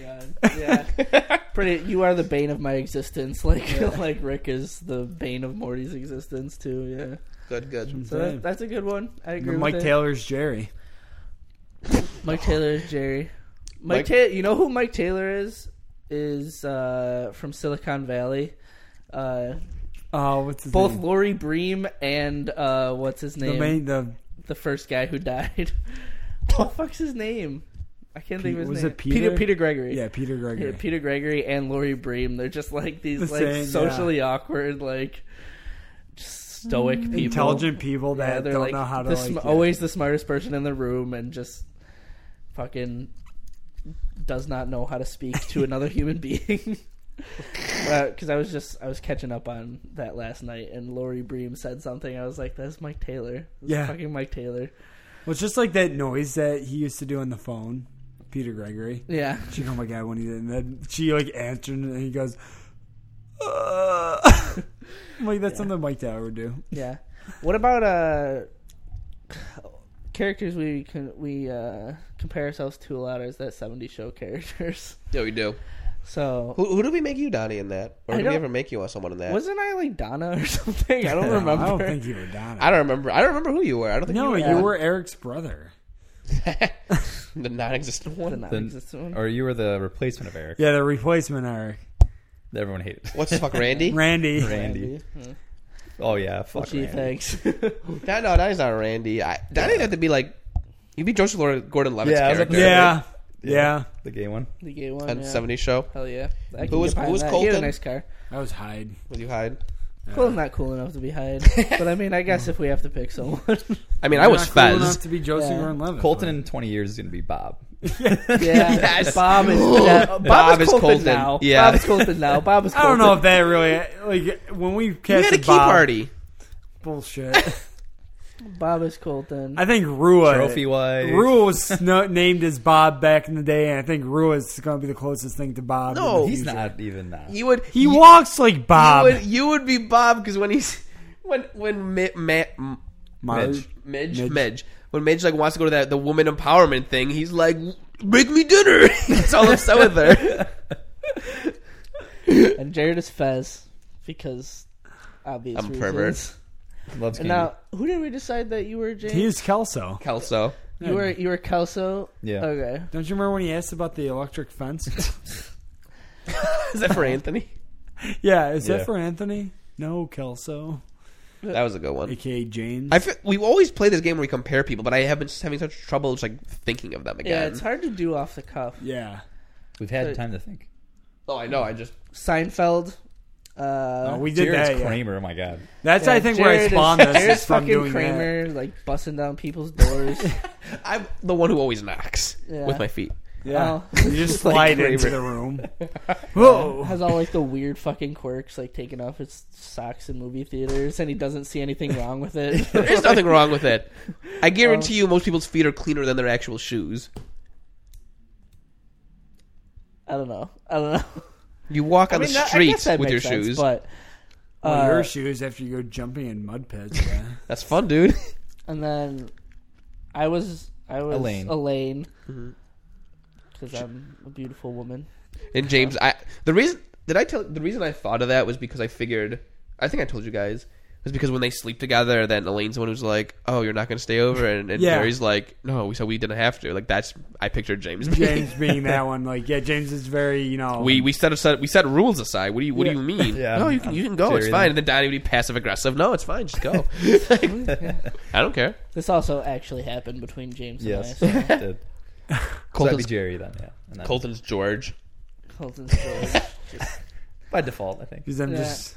[SPEAKER 4] God. Yeah, pretty. You are the bane of my existence. Like like Rick is the bane of Morty's existence too. Yeah,
[SPEAKER 1] Good, good.
[SPEAKER 4] so that, that's a good one. I agree.
[SPEAKER 3] And
[SPEAKER 4] with
[SPEAKER 3] Mike
[SPEAKER 4] it.
[SPEAKER 3] Taylor's Jerry.
[SPEAKER 4] Mike Taylor is Jerry. Mike,
[SPEAKER 1] Mike-
[SPEAKER 4] Taylor. You know who Mike Taylor is? Is uh, from Silicon Valley. Uh,
[SPEAKER 3] Oh, what's his
[SPEAKER 4] both
[SPEAKER 3] name?
[SPEAKER 4] Lori Bream and uh, what's his
[SPEAKER 3] the
[SPEAKER 4] name?
[SPEAKER 3] main the
[SPEAKER 4] the first guy who died. what the fuck's his name? I can't think of his
[SPEAKER 3] was
[SPEAKER 4] name.
[SPEAKER 3] it Peter?
[SPEAKER 4] Peter Gregory.
[SPEAKER 3] yeah Peter
[SPEAKER 4] Yeah,
[SPEAKER 3] Gregory.
[SPEAKER 4] Peter Gregory and Lori Bream. They're just like these
[SPEAKER 3] The
[SPEAKER 4] like
[SPEAKER 3] same, yeah.
[SPEAKER 4] socially awkward, like just stoic people.
[SPEAKER 3] Mm. Intelligent people
[SPEAKER 4] Yeah,
[SPEAKER 3] that
[SPEAKER 4] they're
[SPEAKER 3] don't
[SPEAKER 4] like
[SPEAKER 3] know how to
[SPEAKER 4] the
[SPEAKER 3] like
[SPEAKER 4] sm-
[SPEAKER 3] yeah.
[SPEAKER 4] always the smartest person in the room and just fucking does not know how to speak to another human being. Because I was just I was catching up on that last night, and Lori Bream said something. I was like, "That's Mike Taylor. That's
[SPEAKER 3] Yeah.
[SPEAKER 4] fucking Mike Taylor.
[SPEAKER 3] Well, it's just like that noise that he used to do on the phone, Peter Gregory.
[SPEAKER 4] Yeah,
[SPEAKER 3] She oh my god when he did, and then she like answered and he goes, uh. I'm like that's something Mike Tower would do.
[SPEAKER 4] yeah. What about uh characters we can we uh compare ourselves to a lot? Is that seventy show characters?
[SPEAKER 1] Yeah, we do.
[SPEAKER 4] So
[SPEAKER 1] Who, who did we make you, Donnie, in that? Or
[SPEAKER 4] I
[SPEAKER 1] did we
[SPEAKER 4] don't-
[SPEAKER 1] ever make you someone in that?
[SPEAKER 4] wasn't I like Donna or something? I don't
[SPEAKER 3] No,
[SPEAKER 4] remember.
[SPEAKER 3] I don't think you were Donna.
[SPEAKER 1] I don't remember. I don't remember who you were. I don't think
[SPEAKER 3] no,
[SPEAKER 1] you were,
[SPEAKER 3] you were Eric's brother.
[SPEAKER 1] the non-existent one.
[SPEAKER 4] the non-existent one.
[SPEAKER 2] Or you were the replacement of Eric.
[SPEAKER 3] Yeah, the replacement Eric,
[SPEAKER 2] that Everyone hated.
[SPEAKER 1] What's the fuck, Randy?
[SPEAKER 3] Randy.
[SPEAKER 2] Randy. Oh yeah, fuck
[SPEAKER 4] Gee,
[SPEAKER 2] Randy.
[SPEAKER 4] thanks.
[SPEAKER 1] No, no, Donnie's not Randy. I, Donnie'd have to be like, you'd be Joseph Gordon Levitt's
[SPEAKER 2] Yeah, I was about
[SPEAKER 1] character
[SPEAKER 2] to
[SPEAKER 3] Yeah, yeah,
[SPEAKER 2] The gay one.
[SPEAKER 4] the gay one.
[SPEAKER 1] on
[SPEAKER 4] yeah.
[SPEAKER 1] 70 show.
[SPEAKER 4] Hell yeah. I can
[SPEAKER 1] Who was-
[SPEAKER 4] get behind
[SPEAKER 1] who was
[SPEAKER 4] that. He had a
[SPEAKER 1] Colton?
[SPEAKER 4] nice car.
[SPEAKER 3] That was Hyde.
[SPEAKER 1] Will you hide?
[SPEAKER 4] Well, I'm not cool enough to be Hyde, but I mean, I guess if we have to pick someone,
[SPEAKER 1] I mean, I was
[SPEAKER 3] Not cool enough
[SPEAKER 1] Fez.
[SPEAKER 3] to be Joseph
[SPEAKER 4] Yeah.
[SPEAKER 3] Gordon-Levitt.
[SPEAKER 2] Colton in twenty years is gonna be Bob.
[SPEAKER 4] yeah.
[SPEAKER 1] Yes.
[SPEAKER 4] Bob is yeah, Bob,
[SPEAKER 1] Bob
[SPEAKER 4] is
[SPEAKER 1] is
[SPEAKER 4] Colton,
[SPEAKER 1] Colton.
[SPEAKER 4] now.
[SPEAKER 1] Yeah.
[SPEAKER 4] Bob is Colton now. Bob is.
[SPEAKER 3] I
[SPEAKER 4] Colton.
[SPEAKER 3] don't know if that really like when we
[SPEAKER 1] We
[SPEAKER 3] casted
[SPEAKER 1] had a key
[SPEAKER 3] Bob,
[SPEAKER 1] party.
[SPEAKER 3] Bullshit.
[SPEAKER 4] Bob is Colton.
[SPEAKER 3] I think Rua
[SPEAKER 2] Trophy wise.
[SPEAKER 3] Rua was sno- named as Bob back in the day, and I think Rua is going to be the closest thing to Bob. in the
[SPEAKER 1] No,
[SPEAKER 2] He's
[SPEAKER 3] future.
[SPEAKER 2] not even that.
[SPEAKER 1] You would.
[SPEAKER 3] He
[SPEAKER 1] you,
[SPEAKER 3] walks like Bob.
[SPEAKER 1] You would, you would be Bob because when he's when when Mi- Ma- M-
[SPEAKER 3] Marge.
[SPEAKER 1] Midge,
[SPEAKER 3] Midge.
[SPEAKER 1] Midge when Midge like wants to go to that the woman empowerment thing, he's like, "Make me dinner." That's all upset with her.
[SPEAKER 4] and Jared is Fez because obvious
[SPEAKER 1] I'm a
[SPEAKER 4] reasons.
[SPEAKER 1] pervert.
[SPEAKER 2] Loves candy.
[SPEAKER 4] And now, who did we decide that you were, James?
[SPEAKER 3] He is Kelso.
[SPEAKER 1] Kelso,
[SPEAKER 4] you were you were Kelso.
[SPEAKER 2] Yeah.
[SPEAKER 4] Okay.
[SPEAKER 3] Don't you remember when he asked about the electric fence?
[SPEAKER 1] is that for Anthony?
[SPEAKER 3] yeah, is
[SPEAKER 2] Yeah.
[SPEAKER 3] that for Anthony? No, Kelso,
[SPEAKER 1] That was a good one.
[SPEAKER 3] aka James.
[SPEAKER 1] I feel, we always play this game where we compare people, but I have been just having such trouble just like thinking of them again.
[SPEAKER 4] Yeah, it's hard to do off the cuff.
[SPEAKER 3] yeah,
[SPEAKER 2] We've had time to think.
[SPEAKER 1] Oh, I know. I just
[SPEAKER 4] Seinfeld. Uh,
[SPEAKER 3] Uh, we did
[SPEAKER 2] Jared's
[SPEAKER 3] that. yeah.
[SPEAKER 2] Kramer. Oh my god.
[SPEAKER 3] That's
[SPEAKER 4] yeah,
[SPEAKER 3] I think where I
[SPEAKER 4] Jared is-
[SPEAKER 3] spawned us
[SPEAKER 4] Jared's
[SPEAKER 3] is from
[SPEAKER 4] fucking
[SPEAKER 3] doing
[SPEAKER 4] Kramer, like busting down people's doors.
[SPEAKER 1] I'm the one who always knocks
[SPEAKER 4] Yeah.
[SPEAKER 1] with my feet.
[SPEAKER 3] that. Yeah,
[SPEAKER 4] Oh.
[SPEAKER 3] you just
[SPEAKER 1] Like
[SPEAKER 3] slide into
[SPEAKER 1] Kramer.
[SPEAKER 3] the room. Whoa.
[SPEAKER 4] has all like the weird fucking quirks, like taking off his socks in movie theaters, and he doesn't see anything wrong with it.
[SPEAKER 1] There's nothing wrong with it. I
[SPEAKER 4] Oh.
[SPEAKER 1] guarantee you, most people's feet are cleaner than their actual shoes.
[SPEAKER 4] I don't know. I don't know.
[SPEAKER 1] You walk
[SPEAKER 4] I
[SPEAKER 1] on
[SPEAKER 4] mean,
[SPEAKER 1] the
[SPEAKER 4] that- I guess
[SPEAKER 1] streets
[SPEAKER 4] that
[SPEAKER 1] with your
[SPEAKER 4] makes sense,
[SPEAKER 1] shoes.
[SPEAKER 4] but
[SPEAKER 3] Well,
[SPEAKER 4] uh,
[SPEAKER 3] your shoes after you go jumping in mud pits. Yeah.
[SPEAKER 1] That's fun, dude.
[SPEAKER 4] and then I was I was
[SPEAKER 2] Elaine.
[SPEAKER 4] Elaine,
[SPEAKER 3] Mm-hmm.
[SPEAKER 4] because I'm a beautiful woman.
[SPEAKER 1] And James, I the reason did I tell the reason I thought of that was because I figured I think I told you guys It's because when they sleep together, then Elaine's the one who's like, "Oh, you're not going to stay over," and, and
[SPEAKER 3] Yeah.
[SPEAKER 1] Jerry's like, "No, so we didn't have to." Like that's I pictured James. being-
[SPEAKER 3] James being that one, like yeah, James is very you know
[SPEAKER 1] we we set, set we set rules aside. What do you What do you mean?
[SPEAKER 2] Yeah,
[SPEAKER 1] no,
[SPEAKER 2] I'm-
[SPEAKER 1] you can you
[SPEAKER 2] I'm
[SPEAKER 1] can go. It's
[SPEAKER 2] serious.
[SPEAKER 1] fine. And then Donnie would be passive aggressive. No, it's fine. Just go. I don't care.
[SPEAKER 4] This also actually happened between James
[SPEAKER 2] Yes.
[SPEAKER 4] and I.
[SPEAKER 2] it did. So that'd be
[SPEAKER 1] Colton's,
[SPEAKER 2] Jerry then, yeah. And then
[SPEAKER 1] Colton's George.
[SPEAKER 4] so Colton's George,
[SPEAKER 2] By default, I think.
[SPEAKER 3] because I'm
[SPEAKER 4] Yeah.
[SPEAKER 3] just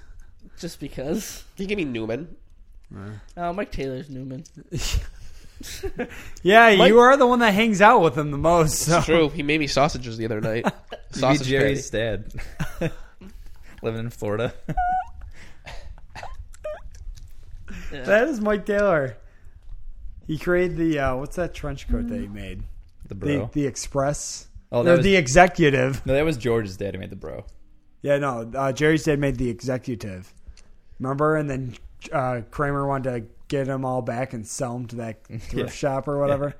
[SPEAKER 4] just because.
[SPEAKER 1] You can be Newman.
[SPEAKER 4] Oh, Mike Taylor's Newman.
[SPEAKER 3] yeah,
[SPEAKER 1] Mike-
[SPEAKER 3] you are the one that hangs out with him the most. So
[SPEAKER 1] True. He made me sausages the other night.
[SPEAKER 2] Maybe
[SPEAKER 1] Sausage patty.
[SPEAKER 2] Jerry's dad. Living in Florida.
[SPEAKER 3] that is Mike Taylor. He created the uh, what's that trench coat that he made?
[SPEAKER 2] The
[SPEAKER 3] The
[SPEAKER 2] bro.
[SPEAKER 3] the Express.
[SPEAKER 2] oh,
[SPEAKER 3] or
[SPEAKER 2] that was,
[SPEAKER 3] the executive.
[SPEAKER 2] no, that was George's dad who made the bro.
[SPEAKER 3] Yeah, no. Uh, Jerry's dad made the executive. Remember? And then uh, Kramer wanted to get them all back and sell them to that thrift
[SPEAKER 2] Yeah.
[SPEAKER 3] shop or whatever.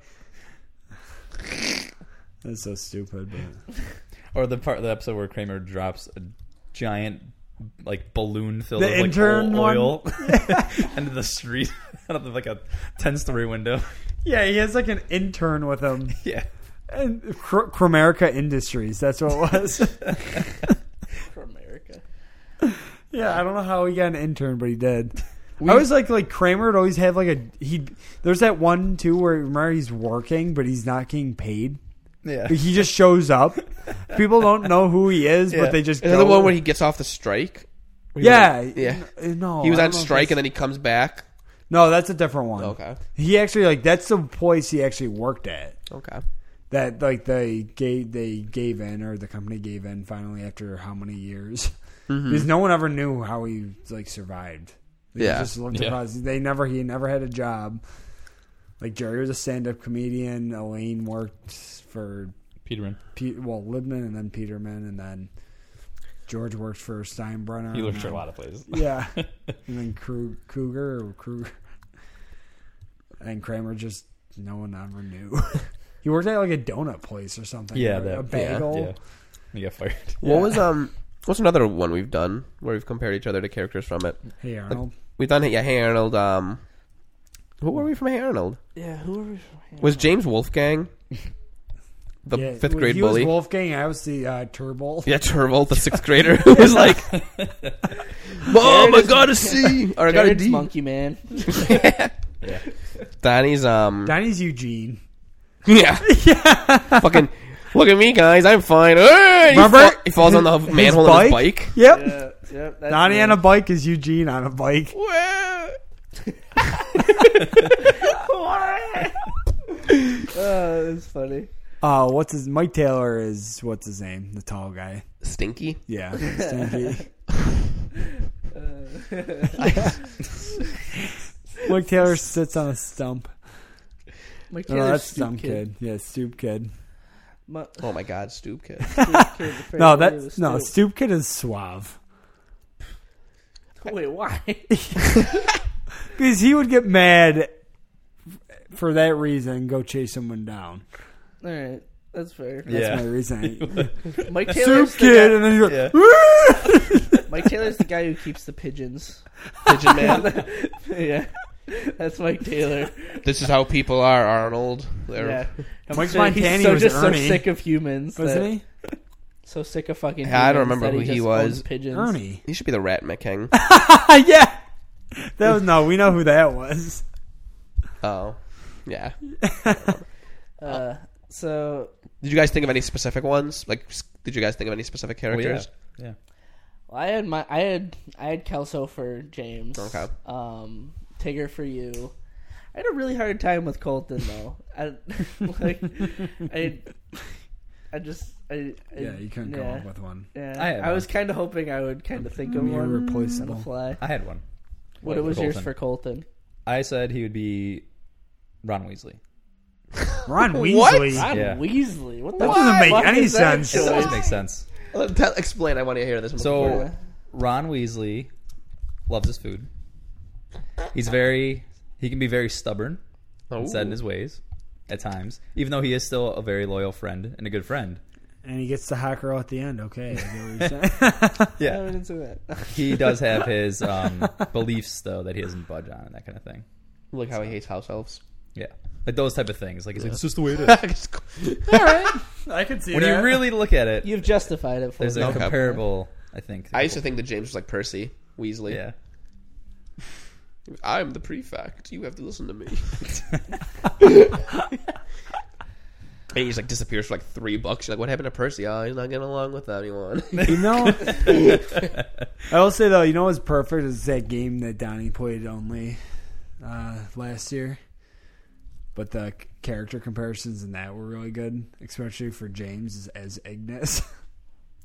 [SPEAKER 3] That's so stupid. But
[SPEAKER 2] Or the part of the episode where Kramer drops a giant like balloon filled
[SPEAKER 3] The
[SPEAKER 2] with like,
[SPEAKER 3] intern
[SPEAKER 2] o-
[SPEAKER 3] one?
[SPEAKER 2] oil into the street out of like a ten story window.
[SPEAKER 3] yeah, he has like an intern with him.
[SPEAKER 2] Yeah.
[SPEAKER 3] And Cr- Cromerica Industries. That's what it was.
[SPEAKER 4] For America.
[SPEAKER 3] yeah, I don't know how he got an intern, but he did. I was like, like Kramer would always have like a he. There's that one too where remember he's working, but he's not getting paid.
[SPEAKER 2] Yeah.
[SPEAKER 3] He just shows up. People don't know who he is,
[SPEAKER 2] Yeah.
[SPEAKER 3] but they just
[SPEAKER 1] Is that
[SPEAKER 3] go.
[SPEAKER 1] the one where he gets off the strike? Where he
[SPEAKER 3] yeah,
[SPEAKER 1] was- yeah.
[SPEAKER 3] n- No,
[SPEAKER 1] He was
[SPEAKER 3] Oh, I
[SPEAKER 1] on
[SPEAKER 3] don't know if
[SPEAKER 1] strike
[SPEAKER 3] that's-
[SPEAKER 1] and then he comes back.
[SPEAKER 3] no, that's a different one.
[SPEAKER 1] Okay.
[SPEAKER 3] He actually like that's the place he actually worked at.
[SPEAKER 1] Okay.
[SPEAKER 3] That like they gave they gave in or the company gave in finally after how many years? Because no one ever knew how he like survived. Like,
[SPEAKER 1] Yeah.
[SPEAKER 3] he just looked
[SPEAKER 2] Yeah.
[SPEAKER 3] across. They never he never had a job. Like Jerry was a stand up comedian. Elaine worked for
[SPEAKER 2] Peterman.
[SPEAKER 3] Pete, well, Libman and then Peterman and then George worked for Steinbrenner.
[SPEAKER 2] He
[SPEAKER 3] and
[SPEAKER 2] looked for
[SPEAKER 3] then-
[SPEAKER 2] a lot of places.
[SPEAKER 3] Yeah, and then Krug, Cougar or Kruger, and Kramer just no one ever knew. he worked at like a donut place or something.
[SPEAKER 2] Yeah,
[SPEAKER 3] or
[SPEAKER 2] that,
[SPEAKER 3] a bagel.
[SPEAKER 2] Yeah. He got fired.
[SPEAKER 1] What was um? What's another one we've done where we've compared each other to characters from it?
[SPEAKER 3] Hey Arnold,
[SPEAKER 1] We've done yeah, Hey Arnold. Um, who were we from Hey Arnold?
[SPEAKER 4] Yeah, who are we?
[SPEAKER 1] Was James Wolfgang the
[SPEAKER 3] Yeah,
[SPEAKER 1] fifth
[SPEAKER 3] when
[SPEAKER 1] grade
[SPEAKER 3] he
[SPEAKER 1] bully?
[SPEAKER 3] Was Wolfgang, I was the uh, Turbo.
[SPEAKER 1] yeah, Turvold, the sixth grader who was like, "Mom, I got a C or I got a
[SPEAKER 4] Jared's
[SPEAKER 1] D."
[SPEAKER 4] Monkey Man.
[SPEAKER 2] Yeah.
[SPEAKER 1] Donnie's um,
[SPEAKER 3] Donnie's Eugene.
[SPEAKER 1] yeah, fucking. Look at me, guys. I'm fine. Hey! He,
[SPEAKER 3] Remember?
[SPEAKER 1] fa- he falls on the
[SPEAKER 3] His
[SPEAKER 1] manhole on his
[SPEAKER 3] bike?
[SPEAKER 1] bike.
[SPEAKER 3] Yep.
[SPEAKER 4] Yeah, yeah, that's
[SPEAKER 3] Donnie
[SPEAKER 4] me.
[SPEAKER 3] on a bike is Eugene on a bike.
[SPEAKER 4] Oh, that's funny.
[SPEAKER 3] Uh, what's his Mike Taylor is what's his name? The tall guy.
[SPEAKER 1] Stinky.
[SPEAKER 3] Yeah. Stinky.
[SPEAKER 4] Uh,
[SPEAKER 3] Mike Taylor sits on a stump.
[SPEAKER 4] Mike
[SPEAKER 3] No,
[SPEAKER 4] Taylor's
[SPEAKER 3] that's
[SPEAKER 4] Stoop
[SPEAKER 3] stump kid. Yeah, stoop kid.
[SPEAKER 4] Mu-
[SPEAKER 1] Oh my God, stoop kid.
[SPEAKER 4] Stoop kid, the first
[SPEAKER 3] No,
[SPEAKER 4] one
[SPEAKER 3] that's
[SPEAKER 4] was
[SPEAKER 3] no
[SPEAKER 4] Stoop.
[SPEAKER 3] stoop kid is suave
[SPEAKER 4] Wait, why?
[SPEAKER 3] because he would get mad for that reason. Go chase someone down.
[SPEAKER 4] All right, that's fair.
[SPEAKER 3] That's
[SPEAKER 2] Yeah.
[SPEAKER 3] my reason.
[SPEAKER 4] Mike
[SPEAKER 3] Stoop
[SPEAKER 4] Taylor's the
[SPEAKER 3] kid,
[SPEAKER 4] guy-
[SPEAKER 3] and then you go.
[SPEAKER 2] Yeah.
[SPEAKER 4] Mike Taylor's the guy who keeps the pigeons.
[SPEAKER 1] Pigeon man.
[SPEAKER 4] yeah, that's Mike Taylor.
[SPEAKER 1] this is how people are, Arnold. They're
[SPEAKER 4] Yeah, I'm
[SPEAKER 3] Mike
[SPEAKER 4] sure
[SPEAKER 3] Montani
[SPEAKER 4] he's so
[SPEAKER 3] was
[SPEAKER 4] just
[SPEAKER 3] Ernie.
[SPEAKER 4] so sick of humans.
[SPEAKER 3] Wasn't
[SPEAKER 4] that-
[SPEAKER 3] he?
[SPEAKER 4] So sick of fucking.
[SPEAKER 1] Yeah, I don't
[SPEAKER 4] humans
[SPEAKER 1] remember
[SPEAKER 4] that
[SPEAKER 1] who he
[SPEAKER 4] just
[SPEAKER 1] was.
[SPEAKER 4] owns Pigeons.
[SPEAKER 3] Ernie.
[SPEAKER 1] He should be the rat in my king.
[SPEAKER 3] yeah. That was no. We know who that was.
[SPEAKER 1] oh, yeah.
[SPEAKER 4] Uh, so
[SPEAKER 1] Did you guys think of any specific ones? Like, s- did you guys think of any specific characters?
[SPEAKER 2] Yeah.
[SPEAKER 4] Well, I had my I had I had Kelso for James.
[SPEAKER 1] Okay.
[SPEAKER 4] Um, Tigger for you. I had a really hard time with Colton though. I like I I just I, I
[SPEAKER 3] Yeah, you couldn't come
[SPEAKER 4] yeah,
[SPEAKER 3] up with one.
[SPEAKER 4] Yeah,
[SPEAKER 2] I had
[SPEAKER 4] I,
[SPEAKER 2] one.
[SPEAKER 4] was kind of hoping I would kind of think of one on the
[SPEAKER 3] Irreplaceable.
[SPEAKER 4] fly.
[SPEAKER 2] I had one.
[SPEAKER 4] What
[SPEAKER 2] Wait,
[SPEAKER 4] was yours
[SPEAKER 2] Colton.
[SPEAKER 4] for Colton?
[SPEAKER 2] I said he would be Ron Weasley.
[SPEAKER 3] Ron
[SPEAKER 1] What?
[SPEAKER 3] Weasley.
[SPEAKER 4] Ron
[SPEAKER 2] Yeah.
[SPEAKER 4] Weasley. What the
[SPEAKER 3] That doesn't make
[SPEAKER 4] fuck
[SPEAKER 3] any
[SPEAKER 4] is that
[SPEAKER 3] sense.
[SPEAKER 2] It
[SPEAKER 4] choice?
[SPEAKER 2] does make sense.
[SPEAKER 1] Uh, tell- explain. I want to hear this.
[SPEAKER 2] So Ron Weasley loves his food. He's very he can be very stubborn
[SPEAKER 1] oh.
[SPEAKER 2] and set in his ways at times, even though he is still a very loyal friend and a good friend.
[SPEAKER 3] and he gets the hot girl at the end. Okay, I get what you're saying.
[SPEAKER 4] No, I
[SPEAKER 2] Yeah,
[SPEAKER 4] didn't say that.
[SPEAKER 2] he does have his um, beliefs though that he doesn't budge on and that kind of thing.
[SPEAKER 1] Like how he hates house elves.
[SPEAKER 2] Yeah, like those type of things. Like it's like it's just the way it is.
[SPEAKER 1] I
[SPEAKER 4] All right,
[SPEAKER 3] I can see
[SPEAKER 2] when you really look at it,
[SPEAKER 4] you've justified it for
[SPEAKER 2] there's
[SPEAKER 4] me.
[SPEAKER 2] a
[SPEAKER 1] Okay.
[SPEAKER 2] comparable. I think.
[SPEAKER 1] used to think that James was like Percy Weasley.
[SPEAKER 2] Yeah.
[SPEAKER 1] I'm the prefect. You have to listen to me. And he just like disappears for like three bucks. You're like, what happened to Percy? Oh, he's not getting along with anyone.
[SPEAKER 3] You know, I will say though, you know what's perfect is that game that Donnie played only uh, last year. But the c- character comparisons in that were really good, especially for James as Ignis.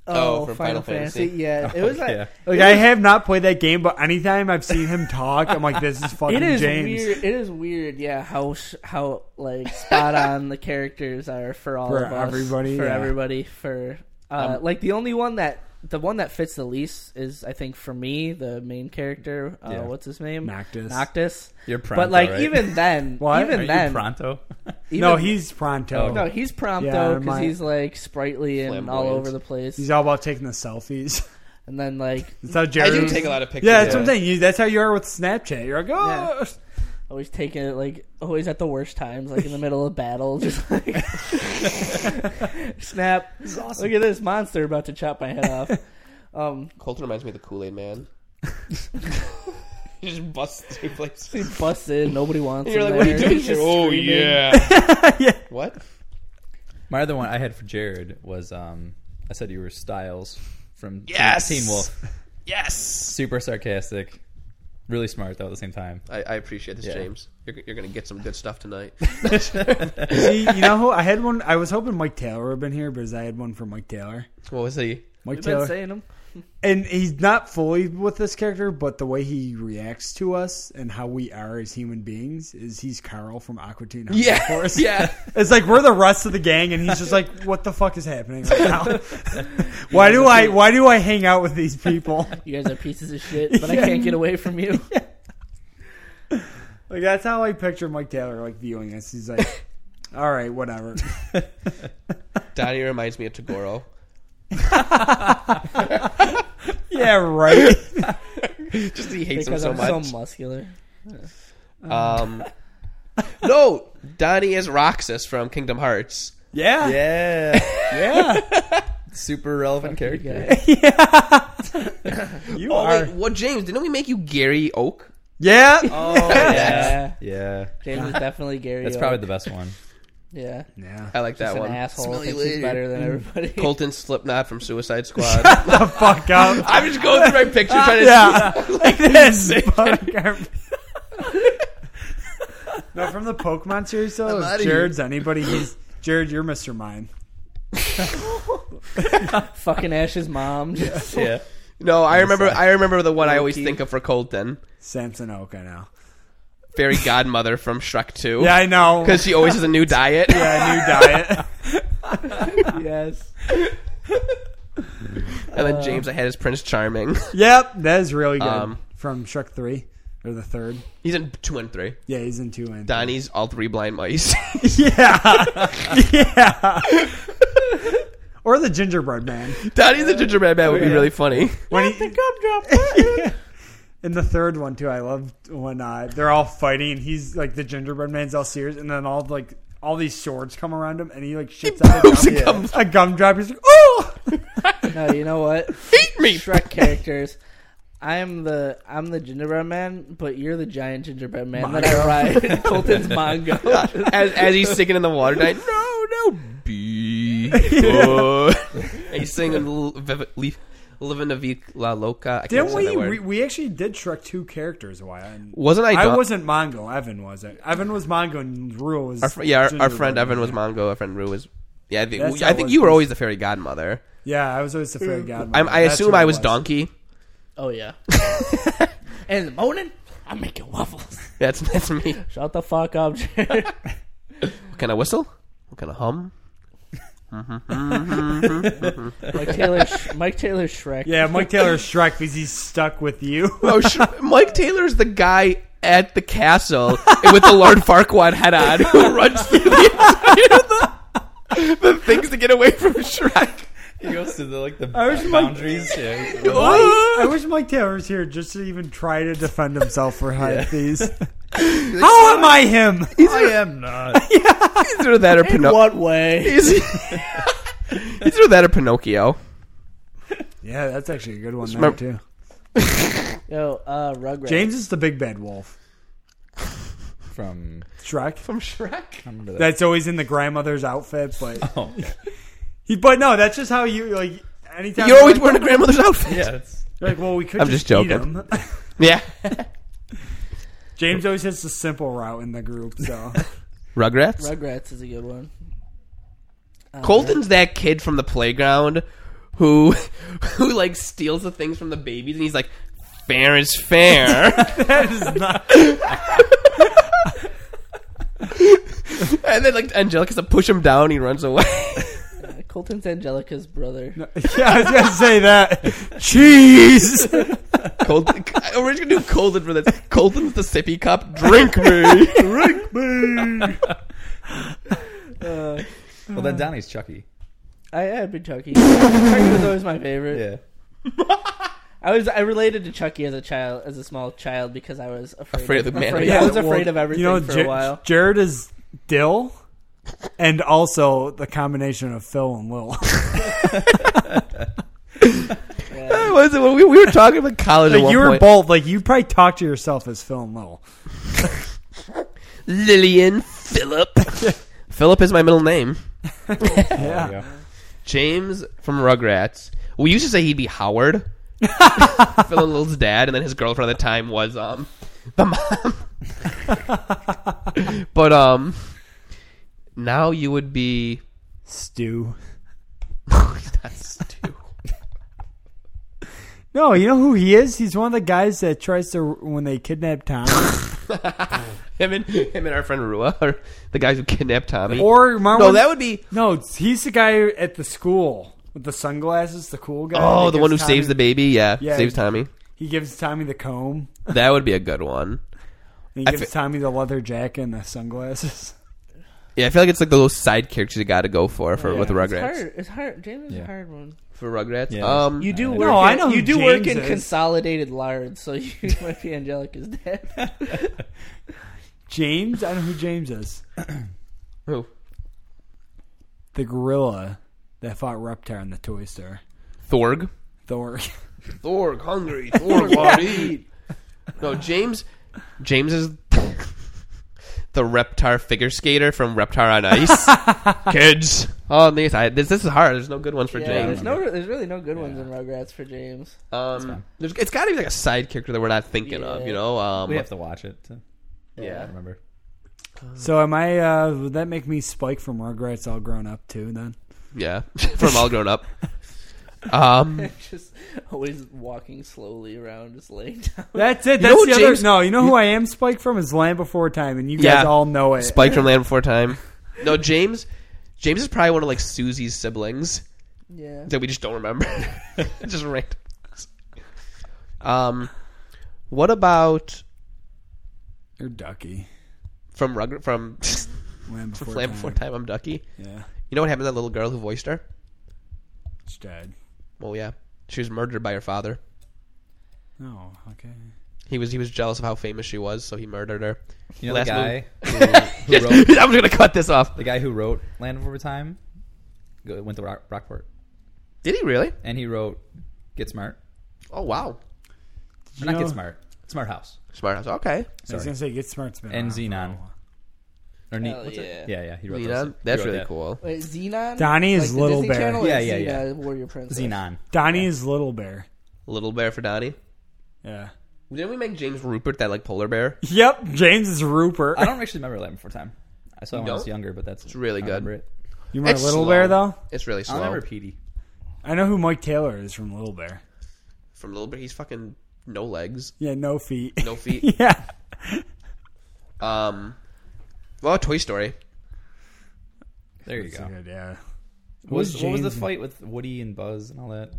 [SPEAKER 1] Oh,
[SPEAKER 4] oh,
[SPEAKER 1] from
[SPEAKER 4] Final,
[SPEAKER 1] Final
[SPEAKER 4] Fantasy.
[SPEAKER 1] Fantasy.
[SPEAKER 4] Yeah, it was like
[SPEAKER 2] Oh, yeah.
[SPEAKER 3] like I have not played that game, but anytime I've seen him talk, I'm like, "This is fucking
[SPEAKER 4] it is
[SPEAKER 3] James."
[SPEAKER 4] weird. It is weird. Yeah, how sh- how like spot on the characters are for all
[SPEAKER 3] For
[SPEAKER 4] of us,
[SPEAKER 3] everybody,
[SPEAKER 4] for
[SPEAKER 3] yeah.
[SPEAKER 4] everybody, for uh,
[SPEAKER 2] Um,
[SPEAKER 4] like the only one that the one that fits the least is I think for me the main character. Uh,
[SPEAKER 2] Yeah.
[SPEAKER 4] What's his name?
[SPEAKER 3] Noctis.
[SPEAKER 4] Noctis.
[SPEAKER 2] You're pronto,
[SPEAKER 4] But like
[SPEAKER 2] right?
[SPEAKER 4] even then,
[SPEAKER 3] What?
[SPEAKER 4] even
[SPEAKER 2] Are
[SPEAKER 4] then,
[SPEAKER 2] you pronto?
[SPEAKER 4] even-
[SPEAKER 3] no, he's Pronto.
[SPEAKER 1] Oh.
[SPEAKER 4] no, he's prompt
[SPEAKER 3] Yeah,
[SPEAKER 4] though because
[SPEAKER 3] my-
[SPEAKER 4] he's like sprightly and all
[SPEAKER 1] Flamboyant.
[SPEAKER 4] over the place.
[SPEAKER 3] He's all about taking the selfies.
[SPEAKER 4] and then like
[SPEAKER 3] That's how
[SPEAKER 1] I
[SPEAKER 3] Jared.
[SPEAKER 1] do take a lot of pictures.
[SPEAKER 3] yeah, that's what
[SPEAKER 1] of
[SPEAKER 3] I'm saying. You, that's how you are with Snapchat. You're like, oh,
[SPEAKER 4] Yeah. always taking it like always at the worst times, like in the middle of battle, just like snap. Look at this monster about to chop my head off. Um,
[SPEAKER 1] Colton reminds me of the Kool Aid Man. he just busts through places.
[SPEAKER 4] he busts in. Nobody wants.
[SPEAKER 1] You're
[SPEAKER 4] him
[SPEAKER 1] like, what are you
[SPEAKER 4] there.
[SPEAKER 1] doing
[SPEAKER 4] He's
[SPEAKER 1] here?
[SPEAKER 4] just
[SPEAKER 1] Oh
[SPEAKER 4] screaming.
[SPEAKER 1] yeah. What?
[SPEAKER 2] My other one I had for Jared was um, I said you were Styles from
[SPEAKER 1] Yes!
[SPEAKER 2] Teen Wolf.
[SPEAKER 1] Yes.
[SPEAKER 2] Super sarcastic, really smart though at the same time.
[SPEAKER 1] I, I appreciate this,
[SPEAKER 2] Yeah.
[SPEAKER 1] James. You're, you're gonna get some good stuff tonight.
[SPEAKER 3] See, you know who I had one. I was hoping Mike Taylor would have been here, but I had one for Mike Taylor.
[SPEAKER 1] what was he?
[SPEAKER 3] Mike
[SPEAKER 4] We've been
[SPEAKER 3] Taylor,
[SPEAKER 4] saying him.
[SPEAKER 3] and he's not fully with this character, but the way he reacts to us and how we are as human beings is he's Carl from Aqua Teen. Hunger Force.
[SPEAKER 1] yeah.
[SPEAKER 3] It's like we're the rest of the gang, and he's just like, "What the fuck is happening right now? why do I? Why do I hang out with these people?"
[SPEAKER 4] You guys are pieces of shit, but I
[SPEAKER 3] Yeah.
[SPEAKER 4] can't get away from you.
[SPEAKER 3] Like that's how I picture Mike Taylor like viewing us. He's like, "All right, whatever."
[SPEAKER 1] Donnie reminds me of Tagoro.
[SPEAKER 3] yeah, right.
[SPEAKER 1] Just he hates
[SPEAKER 4] because
[SPEAKER 1] him
[SPEAKER 4] I'm
[SPEAKER 1] so much.
[SPEAKER 4] so muscular.
[SPEAKER 1] Um, no, Donnie is Roxas from Kingdom Hearts.
[SPEAKER 3] Yeah, yeah.
[SPEAKER 2] Yeah, super relevant
[SPEAKER 4] Big
[SPEAKER 2] character.
[SPEAKER 4] guy.
[SPEAKER 3] You
[SPEAKER 1] Oh,
[SPEAKER 3] are.
[SPEAKER 1] wait, what, James? Didn't we make you Gary Oak?
[SPEAKER 3] Yeah.
[SPEAKER 4] yeah,
[SPEAKER 2] Yeah,
[SPEAKER 4] James is definitely Gary.
[SPEAKER 2] that's
[SPEAKER 4] Oak.
[SPEAKER 2] probably the best one.
[SPEAKER 4] yeah.
[SPEAKER 3] yeah.
[SPEAKER 1] I like
[SPEAKER 4] Just
[SPEAKER 1] that
[SPEAKER 4] an
[SPEAKER 1] one.
[SPEAKER 4] asshole
[SPEAKER 1] Smelly
[SPEAKER 4] thinks he's
[SPEAKER 1] lady. Mm.
[SPEAKER 4] better than everybody.
[SPEAKER 1] Colton Slipknot from Suicide Squad.
[SPEAKER 3] the fuck up.
[SPEAKER 1] I'm just going through my picture trying to.
[SPEAKER 3] yeah. like this. Fuck up. no, from the Pokemon series though,
[SPEAKER 1] I'm
[SPEAKER 3] if
[SPEAKER 1] outta
[SPEAKER 3] Jared's anybody. He's Jared. You're Mr. Mime.
[SPEAKER 4] Fucking Ash's mom. Just,
[SPEAKER 2] Yeah,
[SPEAKER 1] No, I remember. I remember the one I always
[SPEAKER 4] Loki.
[SPEAKER 1] think of for Colton,
[SPEAKER 3] Samson Oak. I know.
[SPEAKER 1] fairy godmother from Shrek Two.
[SPEAKER 3] Yeah, I know.
[SPEAKER 1] because she always has a new diet.
[SPEAKER 3] yeah, new diet.
[SPEAKER 4] yes.
[SPEAKER 1] And then James, I had his Prince Charming.
[SPEAKER 3] yep, that is really good.
[SPEAKER 1] Um,
[SPEAKER 3] from Shrek three or the third.
[SPEAKER 1] He's in two and three.
[SPEAKER 3] Yeah, he's in two and
[SPEAKER 1] Donnie's all three blind mice.
[SPEAKER 3] Yeah, yeah. or the gingerbread man.
[SPEAKER 1] Donnie the gingerbread man would be really funny.
[SPEAKER 3] When he, In the third one too, I love when uh, they're all fighting and he's like the gingerbread man's all serious, and then all like all these swords come around him, and he like shits out
[SPEAKER 1] poops
[SPEAKER 3] a, gum,
[SPEAKER 1] a gum-
[SPEAKER 3] a gumdrop. He's like, oh,
[SPEAKER 4] No, you know what?
[SPEAKER 1] Eat me,
[SPEAKER 4] Shrek characters. I'm the I'm the gingerbread man, but you're the giant gingerbread man that I ride. in Colton's Mongo.
[SPEAKER 1] as, as he's singing in the water tonight. No, no, be good. And he's singing L- Viv- Leaf- "Living a Vie La Loca." I can't
[SPEAKER 3] didn't
[SPEAKER 1] say
[SPEAKER 3] we,
[SPEAKER 1] that word.
[SPEAKER 3] we? We actually did Shrek two characters a while. And
[SPEAKER 1] Wasn't I?
[SPEAKER 3] I,
[SPEAKER 1] Don-
[SPEAKER 3] wasn't Mongo. Evan was it? Evan was Mongo, and Rule was
[SPEAKER 1] Our fr- yeah, our, our
[SPEAKER 3] gingerbread
[SPEAKER 1] friend Evan
[SPEAKER 3] man.
[SPEAKER 1] was Mongo. Our friend Rue was. Yeah, I think,
[SPEAKER 3] That's how
[SPEAKER 1] I
[SPEAKER 3] it
[SPEAKER 1] think
[SPEAKER 3] was.
[SPEAKER 1] you were always the fairy godmother.
[SPEAKER 3] Yeah, I was always the fairy godmother.
[SPEAKER 1] Mm. I'm, I
[SPEAKER 3] That's
[SPEAKER 1] assume
[SPEAKER 3] who it
[SPEAKER 1] I was, donkey.
[SPEAKER 4] Oh yeah. and in the morning, I'm making waffles.
[SPEAKER 1] That's that's me.
[SPEAKER 4] Shut the fuck up, Jared.
[SPEAKER 1] Can I whistle? Can I hum?
[SPEAKER 4] Mike Taylor. Sh- Mike Taylor Shrek.
[SPEAKER 3] Yeah, Mike Taylor Shrek because he's stuck with you.
[SPEAKER 1] Oh, sh- Mike Taylor's the guy at the castle with the Lord Farquaad head on who runs through the, entire- the, the things to get away from Shrek.
[SPEAKER 3] I wish Mike-
[SPEAKER 2] boundaries. yeah.
[SPEAKER 3] I wish Mike Taylor was here just to even try to defend himself for high these. How am I him?
[SPEAKER 2] I am not.
[SPEAKER 1] Either that or
[SPEAKER 4] In
[SPEAKER 1] Pinocchio.
[SPEAKER 4] what way?
[SPEAKER 1] Either that or Pinocchio.
[SPEAKER 3] Yeah, that's actually a good one there
[SPEAKER 1] Smart-
[SPEAKER 3] too.
[SPEAKER 4] Yo, uh, Rugrats.
[SPEAKER 3] James is the big bad wolf.
[SPEAKER 2] From
[SPEAKER 3] Shrek.
[SPEAKER 1] From Shrek.
[SPEAKER 2] I remember that.
[SPEAKER 3] That's always in the grandmother's outfit, but
[SPEAKER 2] oh, okay.
[SPEAKER 3] he. But no, that's just how you like. Anytime
[SPEAKER 1] You're always
[SPEAKER 3] like,
[SPEAKER 1] wearing a grandmother's outfit.
[SPEAKER 2] yeah. It's,
[SPEAKER 3] you're like, well, we could.
[SPEAKER 1] I'm
[SPEAKER 3] just,
[SPEAKER 1] just
[SPEAKER 3] eat
[SPEAKER 1] joking.
[SPEAKER 3] 'em.
[SPEAKER 1] Yeah.
[SPEAKER 3] James always hits the simple route in the group, so
[SPEAKER 1] Rugrats.
[SPEAKER 4] Rugrats is a good one. Uh,
[SPEAKER 1] Colton's that kid from the playground who who like steals the things from the babies and he's like fair is fair
[SPEAKER 3] that is not.
[SPEAKER 1] and then like Angelica's to push him down he runs away
[SPEAKER 4] Uh, Colton's Angelica's brother.
[SPEAKER 3] Yeah, I was gonna say that. Cheese.
[SPEAKER 1] Colton we're just gonna do Colton for this Colton's the sippy cup drink me drink me
[SPEAKER 2] well, then Donnie's Chucky.
[SPEAKER 4] I, I've been Chucky. Chucky was always my favorite.
[SPEAKER 2] Yeah.
[SPEAKER 4] I was I related to Chucky as a child, as a small child, because I was afraid,
[SPEAKER 1] Afraid of the man.
[SPEAKER 4] I
[SPEAKER 1] Yeah,
[SPEAKER 4] was
[SPEAKER 3] well,
[SPEAKER 4] afraid of everything
[SPEAKER 3] You know,
[SPEAKER 4] for
[SPEAKER 3] Jar-
[SPEAKER 4] a while.
[SPEAKER 3] Jared is Dill, and also the combination of Phil and Will.
[SPEAKER 4] Yeah.
[SPEAKER 1] What was it when we, we were talking about college at
[SPEAKER 3] like
[SPEAKER 1] one
[SPEAKER 3] you were
[SPEAKER 1] point.
[SPEAKER 3] both. Like you probably talk to yourself as Phil and Will.
[SPEAKER 1] Lillian Phillip Phillip is my middle name
[SPEAKER 2] Yeah.
[SPEAKER 1] James from Rugrats. We used to say he'd be Howard. Phil and Lil's dad, and then his girlfriend at the time was um the mom. but um now you would be
[SPEAKER 3] Stu.
[SPEAKER 1] that's Stu.
[SPEAKER 3] No, you know who he is? He's one of the guys that tries to when they kidnap Tom,
[SPEAKER 1] Him and him and our friend Rua are the guys who kidnapped Tommy.
[SPEAKER 3] or remember
[SPEAKER 1] no,
[SPEAKER 3] when-
[SPEAKER 1] that would be
[SPEAKER 3] no. it's- He's the guy at the school with the sunglasses, the cool guy.
[SPEAKER 1] Oh,
[SPEAKER 3] that
[SPEAKER 1] the one who
[SPEAKER 3] gives Tommy-
[SPEAKER 1] saves the baby, yeah.
[SPEAKER 3] Yeah.
[SPEAKER 1] Saves Tommy.
[SPEAKER 3] He gives Tommy the comb.
[SPEAKER 1] That would be a good one.
[SPEAKER 3] And he
[SPEAKER 1] I
[SPEAKER 3] gives
[SPEAKER 1] fe-
[SPEAKER 3] Tommy the leather jacket and the sunglasses.
[SPEAKER 1] Yeah, I feel like it's like those side characters you gotta go for for with
[SPEAKER 3] Yeah.
[SPEAKER 1] Rugrats.
[SPEAKER 4] It's hard. It's hard. James is a
[SPEAKER 2] Yeah.
[SPEAKER 4] hard one.
[SPEAKER 1] For Rugrats.
[SPEAKER 2] Yeah.
[SPEAKER 1] Um
[SPEAKER 4] You do
[SPEAKER 2] I
[SPEAKER 4] work.
[SPEAKER 3] know. No, I
[SPEAKER 4] in-
[SPEAKER 3] know
[SPEAKER 4] You
[SPEAKER 3] who
[SPEAKER 4] do work
[SPEAKER 3] James
[SPEAKER 4] in
[SPEAKER 3] is.
[SPEAKER 4] consolidated lard, so you might be Angelica's dad.
[SPEAKER 3] James, I don't know who James is.
[SPEAKER 1] who?
[SPEAKER 3] The gorilla that fought Reptar in the toy store.
[SPEAKER 1] Thorg.
[SPEAKER 3] Thor.
[SPEAKER 1] Thorg hungry. Thorg want to eat. No, James. James is the Reptar figure skater from Reptar on Ice. Kids on the side. This, this is hard. There's no good ones for
[SPEAKER 4] yeah,
[SPEAKER 1] James.
[SPEAKER 4] there's no. There's really no good ones in Rugrats for James.
[SPEAKER 1] um, there's, it's got to be like a side character that we're not thinking of.
[SPEAKER 4] Yeah.
[SPEAKER 1] You know. Um,
[SPEAKER 2] We have to watch it. To, I
[SPEAKER 1] yeah.
[SPEAKER 2] remember.
[SPEAKER 3] so am I? uh Would that make me Spike from Rugrats all grown up too? Then
[SPEAKER 1] Yeah. from all grown up. Um,
[SPEAKER 4] just always walking slowly around, just laying down.
[SPEAKER 3] that's it.
[SPEAKER 1] You
[SPEAKER 3] That's
[SPEAKER 1] know
[SPEAKER 3] the
[SPEAKER 1] who James-
[SPEAKER 3] other. No, you know who I am? Spike from is Land Before Time, and you guys
[SPEAKER 1] Yeah.
[SPEAKER 3] all know it.
[SPEAKER 1] Spike from Land Before Time. No, James. James is probably one of like Susie's siblings.
[SPEAKER 4] Yeah.
[SPEAKER 1] that we just don't remember. just random. Um, what about
[SPEAKER 3] You're Ducky.
[SPEAKER 1] from Rug from
[SPEAKER 3] Land
[SPEAKER 1] from
[SPEAKER 3] Before
[SPEAKER 1] Flam
[SPEAKER 3] Time.
[SPEAKER 1] Before Time? I'm Ducky.
[SPEAKER 3] Yeah,
[SPEAKER 1] You know what happened to that little girl who voiced her?
[SPEAKER 3] it's dead.
[SPEAKER 1] Well, yeah, she was murdered by her father.
[SPEAKER 3] Oh, okay.
[SPEAKER 1] He was he was jealous of how famous she was, so he murdered her.
[SPEAKER 2] You know
[SPEAKER 1] Last
[SPEAKER 2] the guy who, who wrote
[SPEAKER 1] I'm gonna cut this off.
[SPEAKER 2] the guy who wrote Land Over Time go- went to Rock, Rockport,
[SPEAKER 1] Did he really?
[SPEAKER 2] and he wrote Get Smart.
[SPEAKER 1] Oh wow,
[SPEAKER 2] Or not
[SPEAKER 3] know-
[SPEAKER 2] Get Smart. Smart House.
[SPEAKER 1] smart house. Okay,
[SPEAKER 3] I was
[SPEAKER 2] Sorry.
[SPEAKER 3] gonna say Get Smart's been
[SPEAKER 2] And
[SPEAKER 3] around for a
[SPEAKER 2] Xenon.
[SPEAKER 3] while.
[SPEAKER 2] Or ne-
[SPEAKER 4] Hell
[SPEAKER 2] what's it?
[SPEAKER 4] yeah.
[SPEAKER 2] Yeah, yeah. He wrote
[SPEAKER 1] Xenon?
[SPEAKER 2] those. He
[SPEAKER 1] that's
[SPEAKER 2] wrote
[SPEAKER 1] really
[SPEAKER 2] that.
[SPEAKER 1] cool.
[SPEAKER 4] Wait, Xenon.
[SPEAKER 3] Donnie is
[SPEAKER 4] the
[SPEAKER 3] Little
[SPEAKER 4] Disney
[SPEAKER 3] Bear.
[SPEAKER 4] Channel or
[SPEAKER 2] Yeah, yeah, yeah.
[SPEAKER 4] Xena, Warrior Princess.
[SPEAKER 2] Xenon.
[SPEAKER 3] Donnie is Little Bear.
[SPEAKER 1] Little bear for Donnie.
[SPEAKER 3] Yeah.
[SPEAKER 1] Didn't we make James Rupert that like polar bear?
[SPEAKER 3] Yep. James is Rupert.
[SPEAKER 2] I don't actually remember Land Before Time. I saw it when I was
[SPEAKER 1] don't?
[SPEAKER 2] younger, but that's it's
[SPEAKER 1] really good.
[SPEAKER 2] Remember it.
[SPEAKER 3] You remember
[SPEAKER 1] It's
[SPEAKER 3] Little
[SPEAKER 1] slow.
[SPEAKER 3] Bear though?
[SPEAKER 1] It's really
[SPEAKER 2] I
[SPEAKER 1] slow.
[SPEAKER 2] remember Petey.
[SPEAKER 3] I know who Mike Taylor is from Little Bear.
[SPEAKER 1] From Little Bear, he's fucking no legs,
[SPEAKER 3] Yeah, no feet.
[SPEAKER 1] no feet.
[SPEAKER 3] yeah.
[SPEAKER 1] Um, well, Toy Story.
[SPEAKER 2] There you go.
[SPEAKER 3] So good, yeah.
[SPEAKER 2] What was, what was the
[SPEAKER 3] James-
[SPEAKER 2] fight with Woody and Buzz and all that?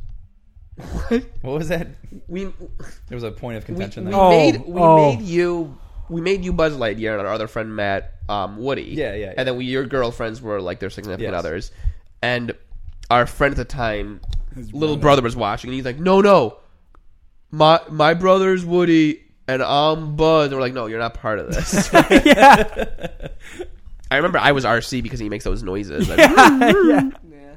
[SPEAKER 2] What was that?
[SPEAKER 1] We we,
[SPEAKER 2] There was a point of
[SPEAKER 1] we
[SPEAKER 2] contention there.
[SPEAKER 3] Oh,
[SPEAKER 1] made we
[SPEAKER 3] oh.
[SPEAKER 1] made you we made you Buzz Lightyear and our other friend Matt um, Woody.
[SPEAKER 2] Yeah, yeah, yeah.
[SPEAKER 1] And then we, your girlfriends were like their significant
[SPEAKER 2] Yes.
[SPEAKER 1] others, and our friend at the time
[SPEAKER 3] His
[SPEAKER 1] little brother was watching, and he's like, "No, no, my my brother's Woody, and I'm Buzz." And we're like, "No, you're not part of this."
[SPEAKER 3] yeah.
[SPEAKER 1] I remember I was RC because he makes those noises. Like,
[SPEAKER 3] yeah.
[SPEAKER 4] Yeah.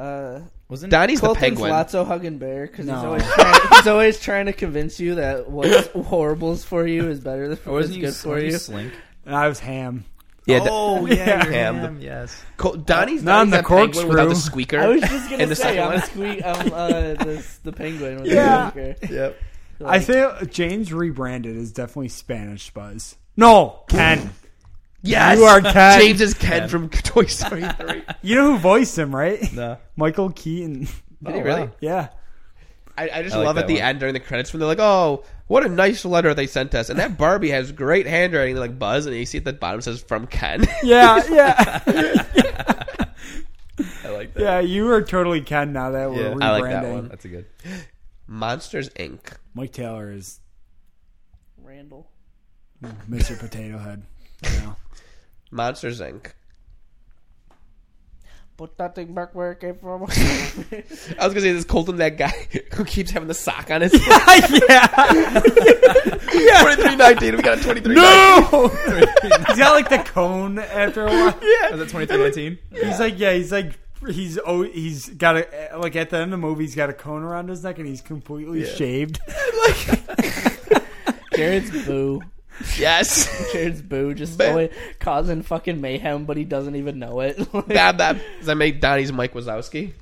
[SPEAKER 4] Uh,
[SPEAKER 2] Wasn't
[SPEAKER 1] Donnie's the
[SPEAKER 4] Colton's
[SPEAKER 1] penguin.
[SPEAKER 4] Lotso hugging bear because he's
[SPEAKER 3] No.
[SPEAKER 4] always trying, he's always trying to convince you that what's horrible's for you is better than
[SPEAKER 2] Or
[SPEAKER 4] what's
[SPEAKER 2] wasn't you,
[SPEAKER 4] good for
[SPEAKER 2] weren't
[SPEAKER 4] you.
[SPEAKER 2] Slink?
[SPEAKER 3] And I was ham.
[SPEAKER 1] yeah,
[SPEAKER 2] oh
[SPEAKER 3] yeah,
[SPEAKER 2] yeah,
[SPEAKER 3] you're
[SPEAKER 1] ham.
[SPEAKER 2] ham. Yes.
[SPEAKER 1] Co- Donnie's
[SPEAKER 3] Not
[SPEAKER 1] not
[SPEAKER 3] in
[SPEAKER 1] the
[SPEAKER 3] the
[SPEAKER 1] penguin without the
[SPEAKER 3] corkscrew.
[SPEAKER 1] squeaker.
[SPEAKER 4] I was just gonna
[SPEAKER 1] And the
[SPEAKER 4] say
[SPEAKER 1] second
[SPEAKER 4] I'm
[SPEAKER 1] one?
[SPEAKER 4] squeak um, uh, the, the penguin with
[SPEAKER 3] Yeah.
[SPEAKER 4] the squeaker.
[SPEAKER 2] Yep.
[SPEAKER 3] I think James rebranded is definitely Spanish Buzz. No, Ken.
[SPEAKER 1] Yes,
[SPEAKER 3] You are Ken.
[SPEAKER 1] James is Ken, Oh, from Toy Story Three.
[SPEAKER 3] You know who voiced him, right?
[SPEAKER 2] No.
[SPEAKER 3] Michael Keaton.
[SPEAKER 1] Did he really?
[SPEAKER 3] Yeah.
[SPEAKER 1] I, I just
[SPEAKER 2] I like
[SPEAKER 1] love
[SPEAKER 2] that
[SPEAKER 1] at the
[SPEAKER 2] one.
[SPEAKER 1] end during the credits when they're like, "Oh, what a nice letter they sent us," and that Barbie has great handwriting. They're like Buzz, and you see at the bottom it says from Ken.
[SPEAKER 3] Yeah, yeah.
[SPEAKER 2] I like that.
[SPEAKER 3] yeah, you are totally Ken now that we're rebranding.
[SPEAKER 2] Yeah,
[SPEAKER 1] I like that one.
[SPEAKER 2] That's a good.
[SPEAKER 1] Monsters Inc.
[SPEAKER 3] Mike Taylor is
[SPEAKER 4] Randall.
[SPEAKER 3] Mr. Potato Head. No.
[SPEAKER 1] Monsters Inc.
[SPEAKER 4] Put that thing back where it came
[SPEAKER 1] I
[SPEAKER 4] from.
[SPEAKER 1] was gonna say this Colton, that guy who keeps having the sock on his head.
[SPEAKER 3] yeah.
[SPEAKER 1] twenty three nineteen. We got a twenty three.
[SPEAKER 3] No. he's got like the cone after a while.
[SPEAKER 2] Was it twenty three nineteen?
[SPEAKER 3] He's like, yeah, he's like, he's oh, he's got a like at the end of the movie, he's got a cone around his neck and he's completely shaved.
[SPEAKER 4] Jared's boo.
[SPEAKER 1] Yes.
[SPEAKER 4] Jared's boo just
[SPEAKER 1] Man.
[SPEAKER 4] always causing fucking mayhem, but he doesn't even know it. Like,
[SPEAKER 1] Bab bab. Does that make Donnie's Mike Wazowski?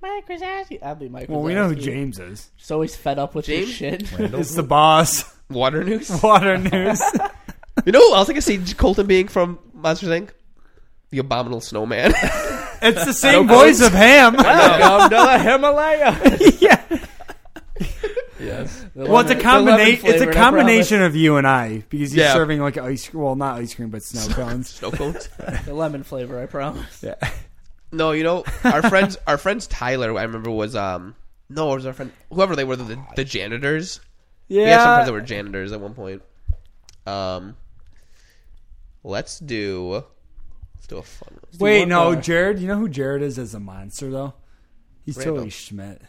[SPEAKER 4] Mike Krzyzewski. I'd be Mike.
[SPEAKER 3] Well, we know who
[SPEAKER 4] Krzyzewski.
[SPEAKER 3] James is.
[SPEAKER 4] Just always fed up with
[SPEAKER 1] James?
[SPEAKER 4] his shit.
[SPEAKER 3] It's the boss.
[SPEAKER 1] Mm-hmm. Water News.
[SPEAKER 3] Water news.
[SPEAKER 1] You know who else I can see Colton being from Monsters Inc. The Abominable Snowman.
[SPEAKER 3] It's the same voice of Ham.
[SPEAKER 4] Welcome to the Himalaya.
[SPEAKER 3] yeah.
[SPEAKER 1] yes.
[SPEAKER 3] Well, it's a combination. It's a combination of you and I because he's
[SPEAKER 1] Yeah.
[SPEAKER 3] serving like ice. Well, not ice cream, but snow cones.
[SPEAKER 1] Snow cones.
[SPEAKER 4] The lemon flavor, I promise.
[SPEAKER 3] yeah.
[SPEAKER 1] No, you know our friends. Our friends Tyler, I remember was um. No, it was our friend whoever they were the the janitors.
[SPEAKER 3] Yeah.
[SPEAKER 1] We had some friends that were janitors at one point. Um, let's do let's do a fun one.
[SPEAKER 3] Wait,
[SPEAKER 4] one
[SPEAKER 3] no,
[SPEAKER 4] more.
[SPEAKER 3] Jared. You know who Jared is as a monster though? He's
[SPEAKER 1] Randall.
[SPEAKER 3] totally Schmidt.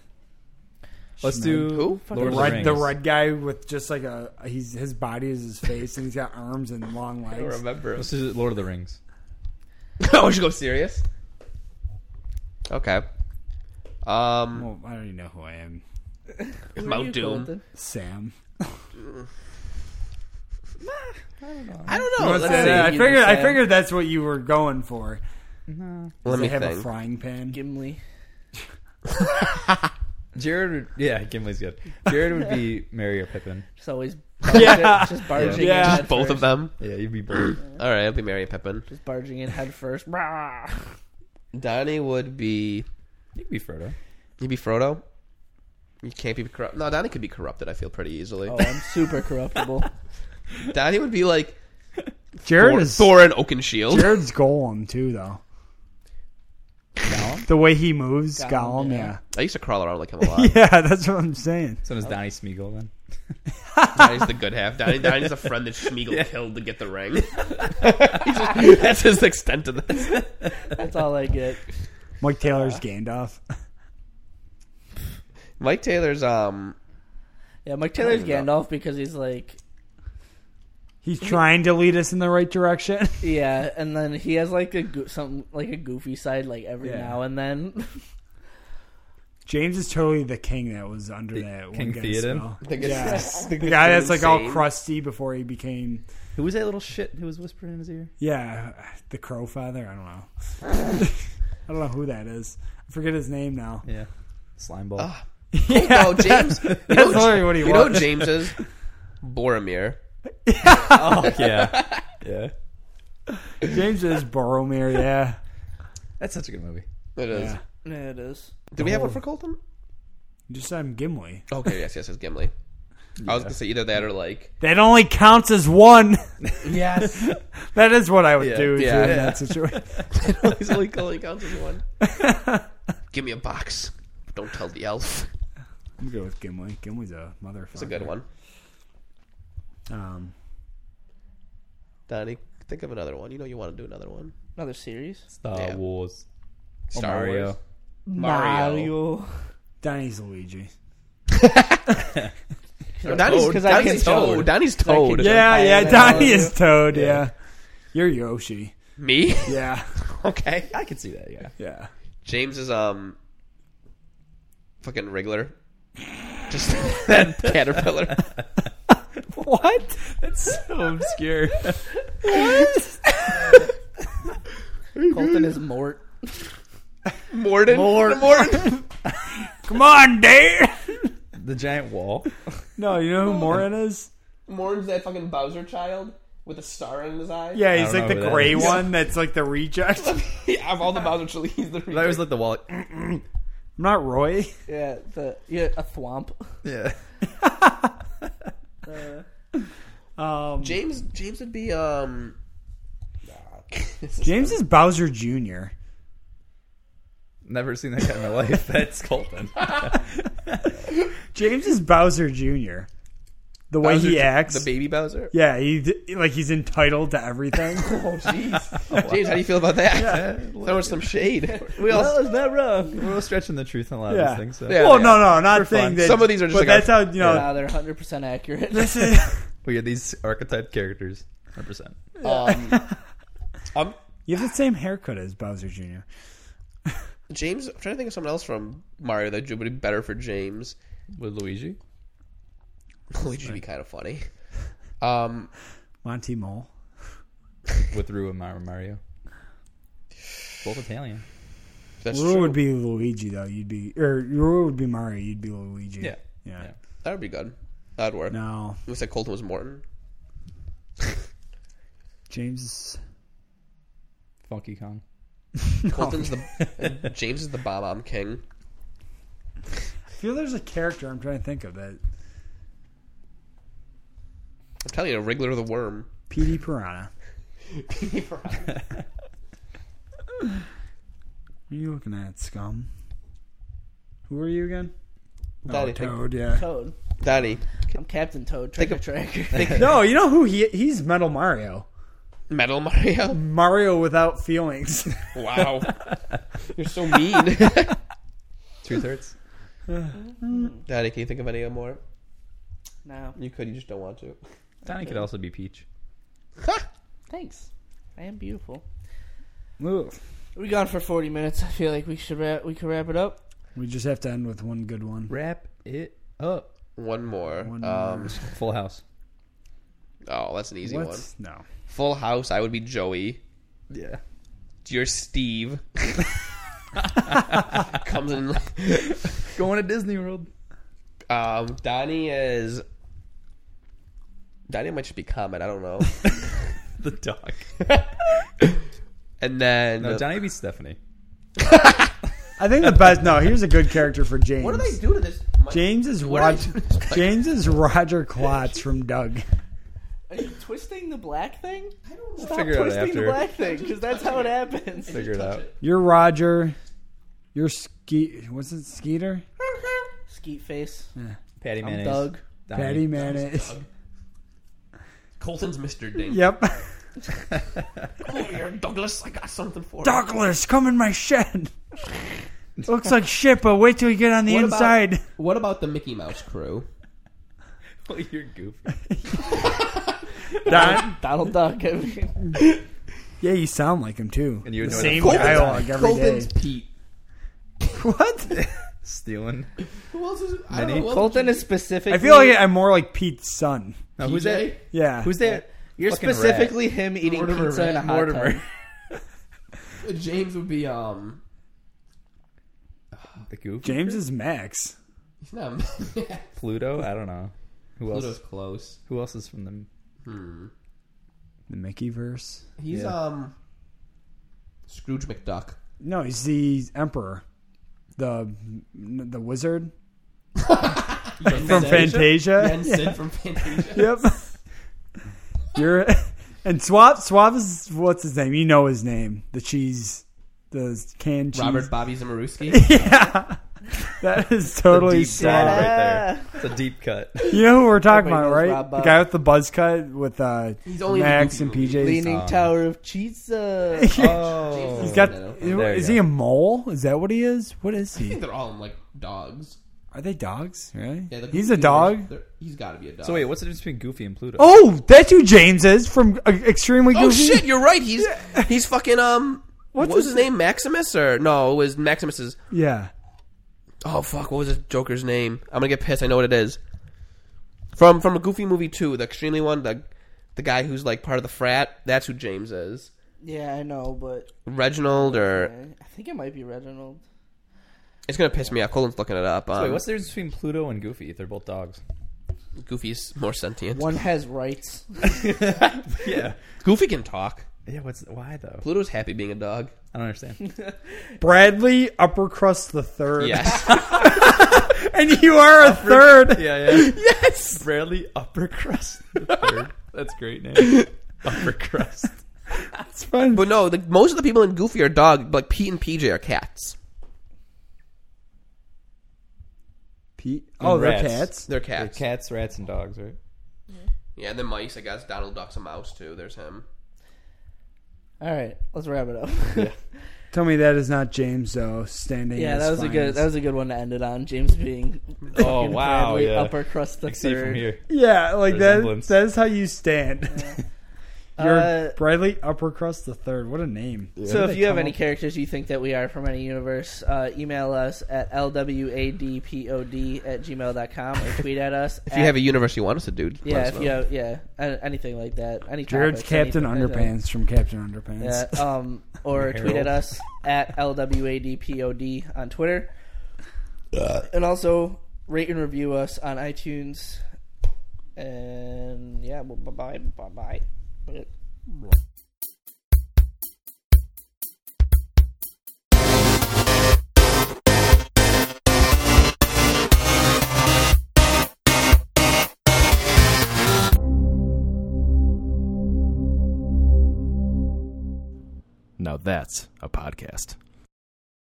[SPEAKER 2] Let's
[SPEAKER 3] Schmidt.
[SPEAKER 2] do
[SPEAKER 1] Who?
[SPEAKER 2] Lord of
[SPEAKER 3] the
[SPEAKER 2] the
[SPEAKER 3] red,
[SPEAKER 2] Rings.
[SPEAKER 3] the red guy with just like a he's his body is his face and he's got arms and long
[SPEAKER 1] I don't
[SPEAKER 3] legs.
[SPEAKER 1] remember.
[SPEAKER 2] Let's do Lord of the Rings.
[SPEAKER 1] oh, we should go serious. Okay. Um,
[SPEAKER 3] Well, I don't even know who I am.
[SPEAKER 4] Who are
[SPEAKER 1] Mount
[SPEAKER 4] you,
[SPEAKER 1] Doom.
[SPEAKER 4] Colton?
[SPEAKER 3] Sam.
[SPEAKER 1] I don't know.
[SPEAKER 3] What's
[SPEAKER 1] Oh, Let's
[SPEAKER 3] that?
[SPEAKER 1] see.
[SPEAKER 3] I
[SPEAKER 4] You
[SPEAKER 3] figured.
[SPEAKER 4] the
[SPEAKER 3] I
[SPEAKER 4] Sam.
[SPEAKER 3] figured that's what you were going for.
[SPEAKER 1] Let
[SPEAKER 3] They
[SPEAKER 1] me
[SPEAKER 3] have a
[SPEAKER 1] think.
[SPEAKER 3] frying pan.
[SPEAKER 4] Gimli.
[SPEAKER 2] Jared would yeah, Gimli's good. Jared would be Mary or Pippin.
[SPEAKER 4] Just always barging
[SPEAKER 3] Yeah.
[SPEAKER 4] in, just barging
[SPEAKER 3] Yeah.
[SPEAKER 4] in.
[SPEAKER 3] Just
[SPEAKER 4] head
[SPEAKER 1] Both
[SPEAKER 4] first.
[SPEAKER 1] of them.
[SPEAKER 2] Yeah, you'd be both.
[SPEAKER 1] All right, it'll be Mary and Pippin.
[SPEAKER 4] Just barging in head first. Rah.
[SPEAKER 1] Donnie would be.
[SPEAKER 2] you'd be Frodo.
[SPEAKER 1] You'd be Frodo. You can't be corrupt. No, Donnie could be corrupted. I feel pretty easily.
[SPEAKER 4] Oh, I'm super corruptible.
[SPEAKER 1] Donnie would be like
[SPEAKER 3] Jared
[SPEAKER 1] Thor,
[SPEAKER 3] is
[SPEAKER 1] Thor and Oakenshield.
[SPEAKER 3] Jared's Golem too, though.
[SPEAKER 2] Gollum?
[SPEAKER 3] The way he moves,
[SPEAKER 4] Gollum,
[SPEAKER 3] Gollum, yeah.
[SPEAKER 4] yeah.
[SPEAKER 1] I used to crawl around like him a lot.
[SPEAKER 3] yeah, that's what I'm saying.
[SPEAKER 2] So does Donnie Smeagol then.
[SPEAKER 1] Donnie's the good half. Donnie, Donnie's the friend that Schmiegel killed to get the ring. He's just- that's his extent of this.
[SPEAKER 4] That's all I get.
[SPEAKER 3] Mike Taylor's Gandalf.
[SPEAKER 1] Mike Taylor's um
[SPEAKER 4] Yeah, Mike Taylor's
[SPEAKER 1] don't
[SPEAKER 4] Gandalf because he's like,
[SPEAKER 3] He's trying to lead us in the right direction.
[SPEAKER 4] yeah, and then he has like a go- some like a goofy side like every
[SPEAKER 3] Yeah.
[SPEAKER 4] now and then.
[SPEAKER 3] James is totally the king that was under that
[SPEAKER 2] King
[SPEAKER 3] one guy's
[SPEAKER 2] Theoden?
[SPEAKER 3] spell.
[SPEAKER 1] The good-
[SPEAKER 3] Yeah.
[SPEAKER 1] the
[SPEAKER 3] the
[SPEAKER 1] good
[SPEAKER 3] guy that's like all
[SPEAKER 1] insane.
[SPEAKER 3] crusty before he became
[SPEAKER 2] Who was that little shit who was whispering in his ear?
[SPEAKER 3] yeah the crow father. I don't know. I don't know who that is. I forget his name now.
[SPEAKER 2] Yeah. Slimeball.
[SPEAKER 1] Ah. no James. You
[SPEAKER 3] That's
[SPEAKER 1] know,
[SPEAKER 3] literally what he
[SPEAKER 1] you know
[SPEAKER 3] was.
[SPEAKER 1] James is Boromir.
[SPEAKER 2] Oh yeah. yeah.
[SPEAKER 3] James is Boromir. Yeah,
[SPEAKER 2] That's such a good movie.
[SPEAKER 1] It is.
[SPEAKER 3] yeah.
[SPEAKER 4] yeah, it is.
[SPEAKER 1] Did we have one for Colton?
[SPEAKER 3] Just I'm Gimli.
[SPEAKER 1] Okay, yes, yes, it's Gimli. I was gonna say either that or like
[SPEAKER 3] That only counts as one.
[SPEAKER 4] Yes.
[SPEAKER 3] that is what I would
[SPEAKER 2] Yeah,
[SPEAKER 3] do if
[SPEAKER 1] yeah,
[SPEAKER 3] you're in
[SPEAKER 1] yeah.
[SPEAKER 3] that situation.
[SPEAKER 1] he's only calling counts as one. Give me a box. Don't tell the elf.
[SPEAKER 3] I'm good with Gimli. Gimli's a motherfucker.
[SPEAKER 1] It's a good one.
[SPEAKER 3] Um,
[SPEAKER 1] Donnie, think of another one. You know you want to do another one.
[SPEAKER 4] Another series.
[SPEAKER 2] Star
[SPEAKER 1] Yeah.
[SPEAKER 2] Wars.
[SPEAKER 1] Star
[SPEAKER 2] Oh, Mario.
[SPEAKER 1] Wars. Mario.
[SPEAKER 4] Mario.
[SPEAKER 3] Donnie's Luigi.
[SPEAKER 1] Or Donnie's,
[SPEAKER 4] Toad. 'Cause I
[SPEAKER 1] Donnie's
[SPEAKER 4] can-
[SPEAKER 1] Toad. Donnie's
[SPEAKER 4] I can
[SPEAKER 1] Toad.
[SPEAKER 4] jump.
[SPEAKER 3] Oh, Yeah,
[SPEAKER 4] higher
[SPEAKER 3] Ah, yeah.
[SPEAKER 4] than
[SPEAKER 3] Donnie
[SPEAKER 4] Mario.
[SPEAKER 3] is Toad. Yeah. you're Yoshi.
[SPEAKER 1] Me?
[SPEAKER 3] Yeah,
[SPEAKER 1] okay.
[SPEAKER 2] I can see that. Yeah.
[SPEAKER 3] yeah.
[SPEAKER 1] James is um fucking Wriggler. Just that caterpillar.
[SPEAKER 2] What? That's so obscure.
[SPEAKER 4] Colton is Mort.
[SPEAKER 1] Morden. Morden.
[SPEAKER 3] Come on, Dave.
[SPEAKER 2] the giant wall.
[SPEAKER 3] No, you know who Morin is?
[SPEAKER 1] Morden's that fucking Bowser child with a star in his eye.
[SPEAKER 3] Yeah,
[SPEAKER 2] I
[SPEAKER 3] he's
[SPEAKER 2] don't know
[SPEAKER 3] like the
[SPEAKER 2] who that
[SPEAKER 3] gray
[SPEAKER 2] is.
[SPEAKER 3] one. That's like the reject. I'm
[SPEAKER 1] yeah of all the Bowser children, he's the.
[SPEAKER 2] I always let the wall. like,
[SPEAKER 3] not Roy.
[SPEAKER 4] Yeah, the yeah, a thwomp.
[SPEAKER 2] yeah.
[SPEAKER 3] Um,
[SPEAKER 1] James. James would be um.
[SPEAKER 3] James is Bowser Jr.
[SPEAKER 2] Never seen that guy in my life. That's Colton.
[SPEAKER 3] James is Bowser Jr. The way
[SPEAKER 1] Bowser
[SPEAKER 3] he
[SPEAKER 1] Jr.
[SPEAKER 3] acts.
[SPEAKER 1] the baby Bowser.
[SPEAKER 3] yeah, he d- like he's entitled to everything.
[SPEAKER 1] Oh jeez. James, how do you feel about that? Throw us some shade. We all.
[SPEAKER 2] it's not wrong. We're all stretching the truth in a lot
[SPEAKER 3] Yeah.
[SPEAKER 2] of these things. So.
[SPEAKER 1] Yeah.
[SPEAKER 3] well, no, no, not
[SPEAKER 2] fun.
[SPEAKER 3] thing that.
[SPEAKER 1] Some of these are just
[SPEAKER 3] But
[SPEAKER 1] like
[SPEAKER 3] that's how you know.
[SPEAKER 4] Nah, they're 100% accurate.
[SPEAKER 3] This is
[SPEAKER 2] We are these archetype characters. 100%.
[SPEAKER 1] Um, um,
[SPEAKER 3] you have the same haircut as Bowser Jr.
[SPEAKER 1] James. I'm trying to think of someone else from Mario that would be better for James.
[SPEAKER 2] With Luigi?
[SPEAKER 1] Luigi would be kind of funny. Um,
[SPEAKER 3] Monty Mole.
[SPEAKER 2] With Rue and Mar- Mario. Both Italian.
[SPEAKER 1] that's
[SPEAKER 3] Rue
[SPEAKER 1] true.
[SPEAKER 3] would be Luigi though. You'd be or Rue would be Mario. You'd be Luigi.
[SPEAKER 2] Yeah.
[SPEAKER 3] Yeah.
[SPEAKER 2] Yeah.
[SPEAKER 1] That would be good. That'd work.
[SPEAKER 3] No,
[SPEAKER 1] We said Colton was Morton.
[SPEAKER 3] James.
[SPEAKER 2] Funky Kong.
[SPEAKER 1] Colton's the James is the Bob Omb King.
[SPEAKER 3] I feel there's a character I'm trying to think of that
[SPEAKER 1] I'm telling you, Wriggler the Worm.
[SPEAKER 3] P.D. Piranha. What are you looking at, scum? Who are you again?
[SPEAKER 1] Daddy,
[SPEAKER 3] oh,
[SPEAKER 1] think-
[SPEAKER 3] Toad. Yeah.
[SPEAKER 4] Toad.
[SPEAKER 1] Danny.
[SPEAKER 4] I'm Captain Toad, Treasure Tracker.
[SPEAKER 3] No, you know who he he's Metal Mario.
[SPEAKER 1] Metal Mario.
[SPEAKER 3] Mario without feelings.
[SPEAKER 1] Wow. You're so mean.
[SPEAKER 2] Two thirds?
[SPEAKER 1] Danny, can you think of any more?
[SPEAKER 4] no,
[SPEAKER 1] You could, you just don't want to.
[SPEAKER 2] Donnie could also be Peach.
[SPEAKER 4] thanks. I am beautiful.
[SPEAKER 3] Move.
[SPEAKER 4] We gone for 40 minutes. I feel like we should wrap, we could wrap it up.
[SPEAKER 3] We just have to end with one good one.
[SPEAKER 2] Wrap it up.
[SPEAKER 1] One more.
[SPEAKER 3] One
[SPEAKER 1] um,
[SPEAKER 2] Full House.
[SPEAKER 1] Oh, that's an easy
[SPEAKER 3] What?
[SPEAKER 1] one.
[SPEAKER 3] No.
[SPEAKER 1] Full House, I would be Joey.
[SPEAKER 2] Yeah.
[SPEAKER 1] You're Steve. Comes in.
[SPEAKER 2] Going to Disney World.
[SPEAKER 1] Um, Donnie is. Donnie might just be Comet. I don't know.
[SPEAKER 2] The dog.
[SPEAKER 1] And then.
[SPEAKER 2] No, Donnie would be Stephanie.
[SPEAKER 3] I think the best. No, here's a good character for James.
[SPEAKER 1] what do they do to this?
[SPEAKER 3] James is
[SPEAKER 1] What are
[SPEAKER 3] Roger.
[SPEAKER 1] they doing to-
[SPEAKER 3] James is Roger Klotz from Doug.
[SPEAKER 4] Are you twisting the black thing? I don't know. Stop
[SPEAKER 2] Figure it out
[SPEAKER 4] twisting the
[SPEAKER 2] after.
[SPEAKER 4] black thing, because that's how it happens.
[SPEAKER 2] Figure it out.
[SPEAKER 3] You're Roger. You're Skeet. What's it? Skeeter.
[SPEAKER 4] Skeet face.
[SPEAKER 2] Patty
[SPEAKER 4] I'm
[SPEAKER 2] Mayonnaise.
[SPEAKER 4] Doug.
[SPEAKER 2] Donnie.
[SPEAKER 3] Patty Mayonnaise.
[SPEAKER 1] Colton's Mr. Ding.
[SPEAKER 3] Yep.
[SPEAKER 1] Oh, you're Douglas. I got something for you.
[SPEAKER 3] Douglas, come in my shed. Looks like shit, but wait till you get on the
[SPEAKER 1] What about-
[SPEAKER 3] inside.
[SPEAKER 1] What about the Mickey Mouse crew?
[SPEAKER 2] Oh, you're goofy.
[SPEAKER 3] Don?
[SPEAKER 4] Donald Duck. I mean,
[SPEAKER 3] Yeah, you sound like him too.
[SPEAKER 2] And you would know
[SPEAKER 3] Same
[SPEAKER 2] the full
[SPEAKER 3] dialogue every day.
[SPEAKER 1] Colton's Pete.
[SPEAKER 3] What?
[SPEAKER 2] Stealing.
[SPEAKER 1] Who else is? I don't know,
[SPEAKER 2] Minnie?
[SPEAKER 1] who else
[SPEAKER 4] Colton
[SPEAKER 1] would
[SPEAKER 4] is specifically.
[SPEAKER 3] I feel like I'm more like Pete's son.
[SPEAKER 2] No,
[SPEAKER 1] you-
[SPEAKER 2] who's that?
[SPEAKER 1] PJ?
[SPEAKER 3] Yeah.
[SPEAKER 2] Who's that?
[SPEAKER 4] You're
[SPEAKER 2] fucking rat?
[SPEAKER 4] specifically him eating
[SPEAKER 1] Mortimer
[SPEAKER 4] pizza in a
[SPEAKER 1] rat.
[SPEAKER 4] hot
[SPEAKER 2] Mortimer.
[SPEAKER 4] tub.
[SPEAKER 1] James would be um.
[SPEAKER 2] The goof?
[SPEAKER 3] James is Max.
[SPEAKER 1] He's not.
[SPEAKER 2] Pluto? I don't know. Who else?
[SPEAKER 1] Pluto's close.
[SPEAKER 2] Who else is from the
[SPEAKER 3] The Mickey verse.
[SPEAKER 1] He's
[SPEAKER 2] Yeah.
[SPEAKER 1] um. Scrooge McDuck.
[SPEAKER 3] No, he's the emperor, the the wizard from Fantasia.
[SPEAKER 1] And Sid from Fantasia.
[SPEAKER 3] Yep. You're and Swab. Swab is what's his name? You know his name. The cheese, the canned cheese.
[SPEAKER 1] Robert Bobby Zimmerowski.
[SPEAKER 3] Yeah, that is totally
[SPEAKER 2] deep dive
[SPEAKER 3] Swab.
[SPEAKER 2] right there? It's a deep cut.
[SPEAKER 3] You know who we're talking
[SPEAKER 4] Everybody
[SPEAKER 3] about,
[SPEAKER 4] knows
[SPEAKER 3] right?
[SPEAKER 4] Rob
[SPEAKER 3] the
[SPEAKER 4] Bob.
[SPEAKER 3] guy with the buzz cut with uh,
[SPEAKER 1] He's only in the
[SPEAKER 3] Max
[SPEAKER 1] Goofy
[SPEAKER 3] and
[SPEAKER 1] movie.
[SPEAKER 3] PJ's.
[SPEAKER 4] Leaning
[SPEAKER 2] Um,
[SPEAKER 4] Tower of Cheese.
[SPEAKER 2] Oh,
[SPEAKER 3] He's got
[SPEAKER 1] No.
[SPEAKER 2] There
[SPEAKER 3] Is
[SPEAKER 2] you
[SPEAKER 3] he
[SPEAKER 2] go.
[SPEAKER 3] a mole? Is that what he is? What is
[SPEAKER 1] I think
[SPEAKER 3] he?
[SPEAKER 1] they're all like dogs.
[SPEAKER 3] Are they dogs? Really?
[SPEAKER 1] Yeah, the
[SPEAKER 3] He's a
[SPEAKER 1] Goofy
[SPEAKER 3] dog.
[SPEAKER 1] ones, they're- He's got to be a dog.
[SPEAKER 2] So wait, what's the difference between Goofy and Pluto?
[SPEAKER 3] Oh, that's who James is from uh, Extremely
[SPEAKER 1] Oh
[SPEAKER 3] Goofy.
[SPEAKER 1] shit, you're right. He's he's fucking um.
[SPEAKER 3] What's
[SPEAKER 1] what was
[SPEAKER 3] his
[SPEAKER 1] his name? Maximus or no? It was Maximus's.
[SPEAKER 3] Yeah.
[SPEAKER 1] Oh fuck, what was this Joker's name? I'm gonna get pissed. I know what it is. From from a Goofy movie too, the extremely one, the the guy who's like part of the frat. That's who James is.
[SPEAKER 4] Yeah, I know, but eh,
[SPEAKER 1] Reginald or
[SPEAKER 4] I think it might be Reginald.
[SPEAKER 1] it's gonna piss me off. Colin's looking it up. Um,
[SPEAKER 2] So wait, what's the difference between Pluto and Goofy? if They're both dogs.
[SPEAKER 1] Goofy's more sentient.
[SPEAKER 4] One has rights.
[SPEAKER 2] Yeah.
[SPEAKER 1] Goofy can talk.
[SPEAKER 2] Yeah. What's why though?
[SPEAKER 1] Pluto's happy being a dog.
[SPEAKER 2] I don't understand.
[SPEAKER 3] Bradley Upper Crust the Third.
[SPEAKER 1] Yes.
[SPEAKER 3] And you are a third.
[SPEAKER 2] yeah, yeah. Yes. Bradley upper crust. the third. That's a great name. Upper crust.
[SPEAKER 3] It's fun.
[SPEAKER 1] But no, the, most of the people in Goofy are dog, but Pete and PJ are cats.
[SPEAKER 3] Pete. Oh, they're
[SPEAKER 2] Rats.
[SPEAKER 3] cats.
[SPEAKER 1] They're cats.
[SPEAKER 2] Cats, rats, and dogs, right?
[SPEAKER 1] Yeah, and then mice. I guess Donald Duck's a mouse too. There's him.
[SPEAKER 4] All right, let's wrap it up.
[SPEAKER 3] Tell me that is not James though standing.
[SPEAKER 4] yeah,
[SPEAKER 3] in
[SPEAKER 4] that
[SPEAKER 3] his
[SPEAKER 4] was a good.
[SPEAKER 3] finest.
[SPEAKER 4] That was a good one to end it on. James being
[SPEAKER 2] Oh
[SPEAKER 4] fucking
[SPEAKER 2] wow.
[SPEAKER 4] Bradley,
[SPEAKER 2] yeah.
[SPEAKER 4] upper crust the
[SPEAKER 2] I see from
[SPEAKER 4] third.
[SPEAKER 2] here.
[SPEAKER 3] yeah, like that.
[SPEAKER 2] Resemblance.
[SPEAKER 3] That is how you stand. You're
[SPEAKER 4] Uh,
[SPEAKER 3] Bradley Upper Crust the Third. What a name.
[SPEAKER 4] So if you have any characters you think that we are from any universe, uh, email us at lwadpod at gmail.com or tweet at us.
[SPEAKER 1] If you have a universe you want us to do, let
[SPEAKER 4] yeah,
[SPEAKER 1] us
[SPEAKER 4] if
[SPEAKER 1] know.
[SPEAKER 4] you have, yeah, a- anything like that, any
[SPEAKER 3] Jared's
[SPEAKER 4] topics,
[SPEAKER 3] Captain
[SPEAKER 4] anything like that.
[SPEAKER 3] Underpants from Captain Underpants.
[SPEAKER 4] Yeah, um, or tweet at
[SPEAKER 2] Harold.
[SPEAKER 4] us at lwadpod on Twitter, and also rate and review us on iTunes. And yeah, well, bye bye bye bye.
[SPEAKER 7] Now that's a podcast.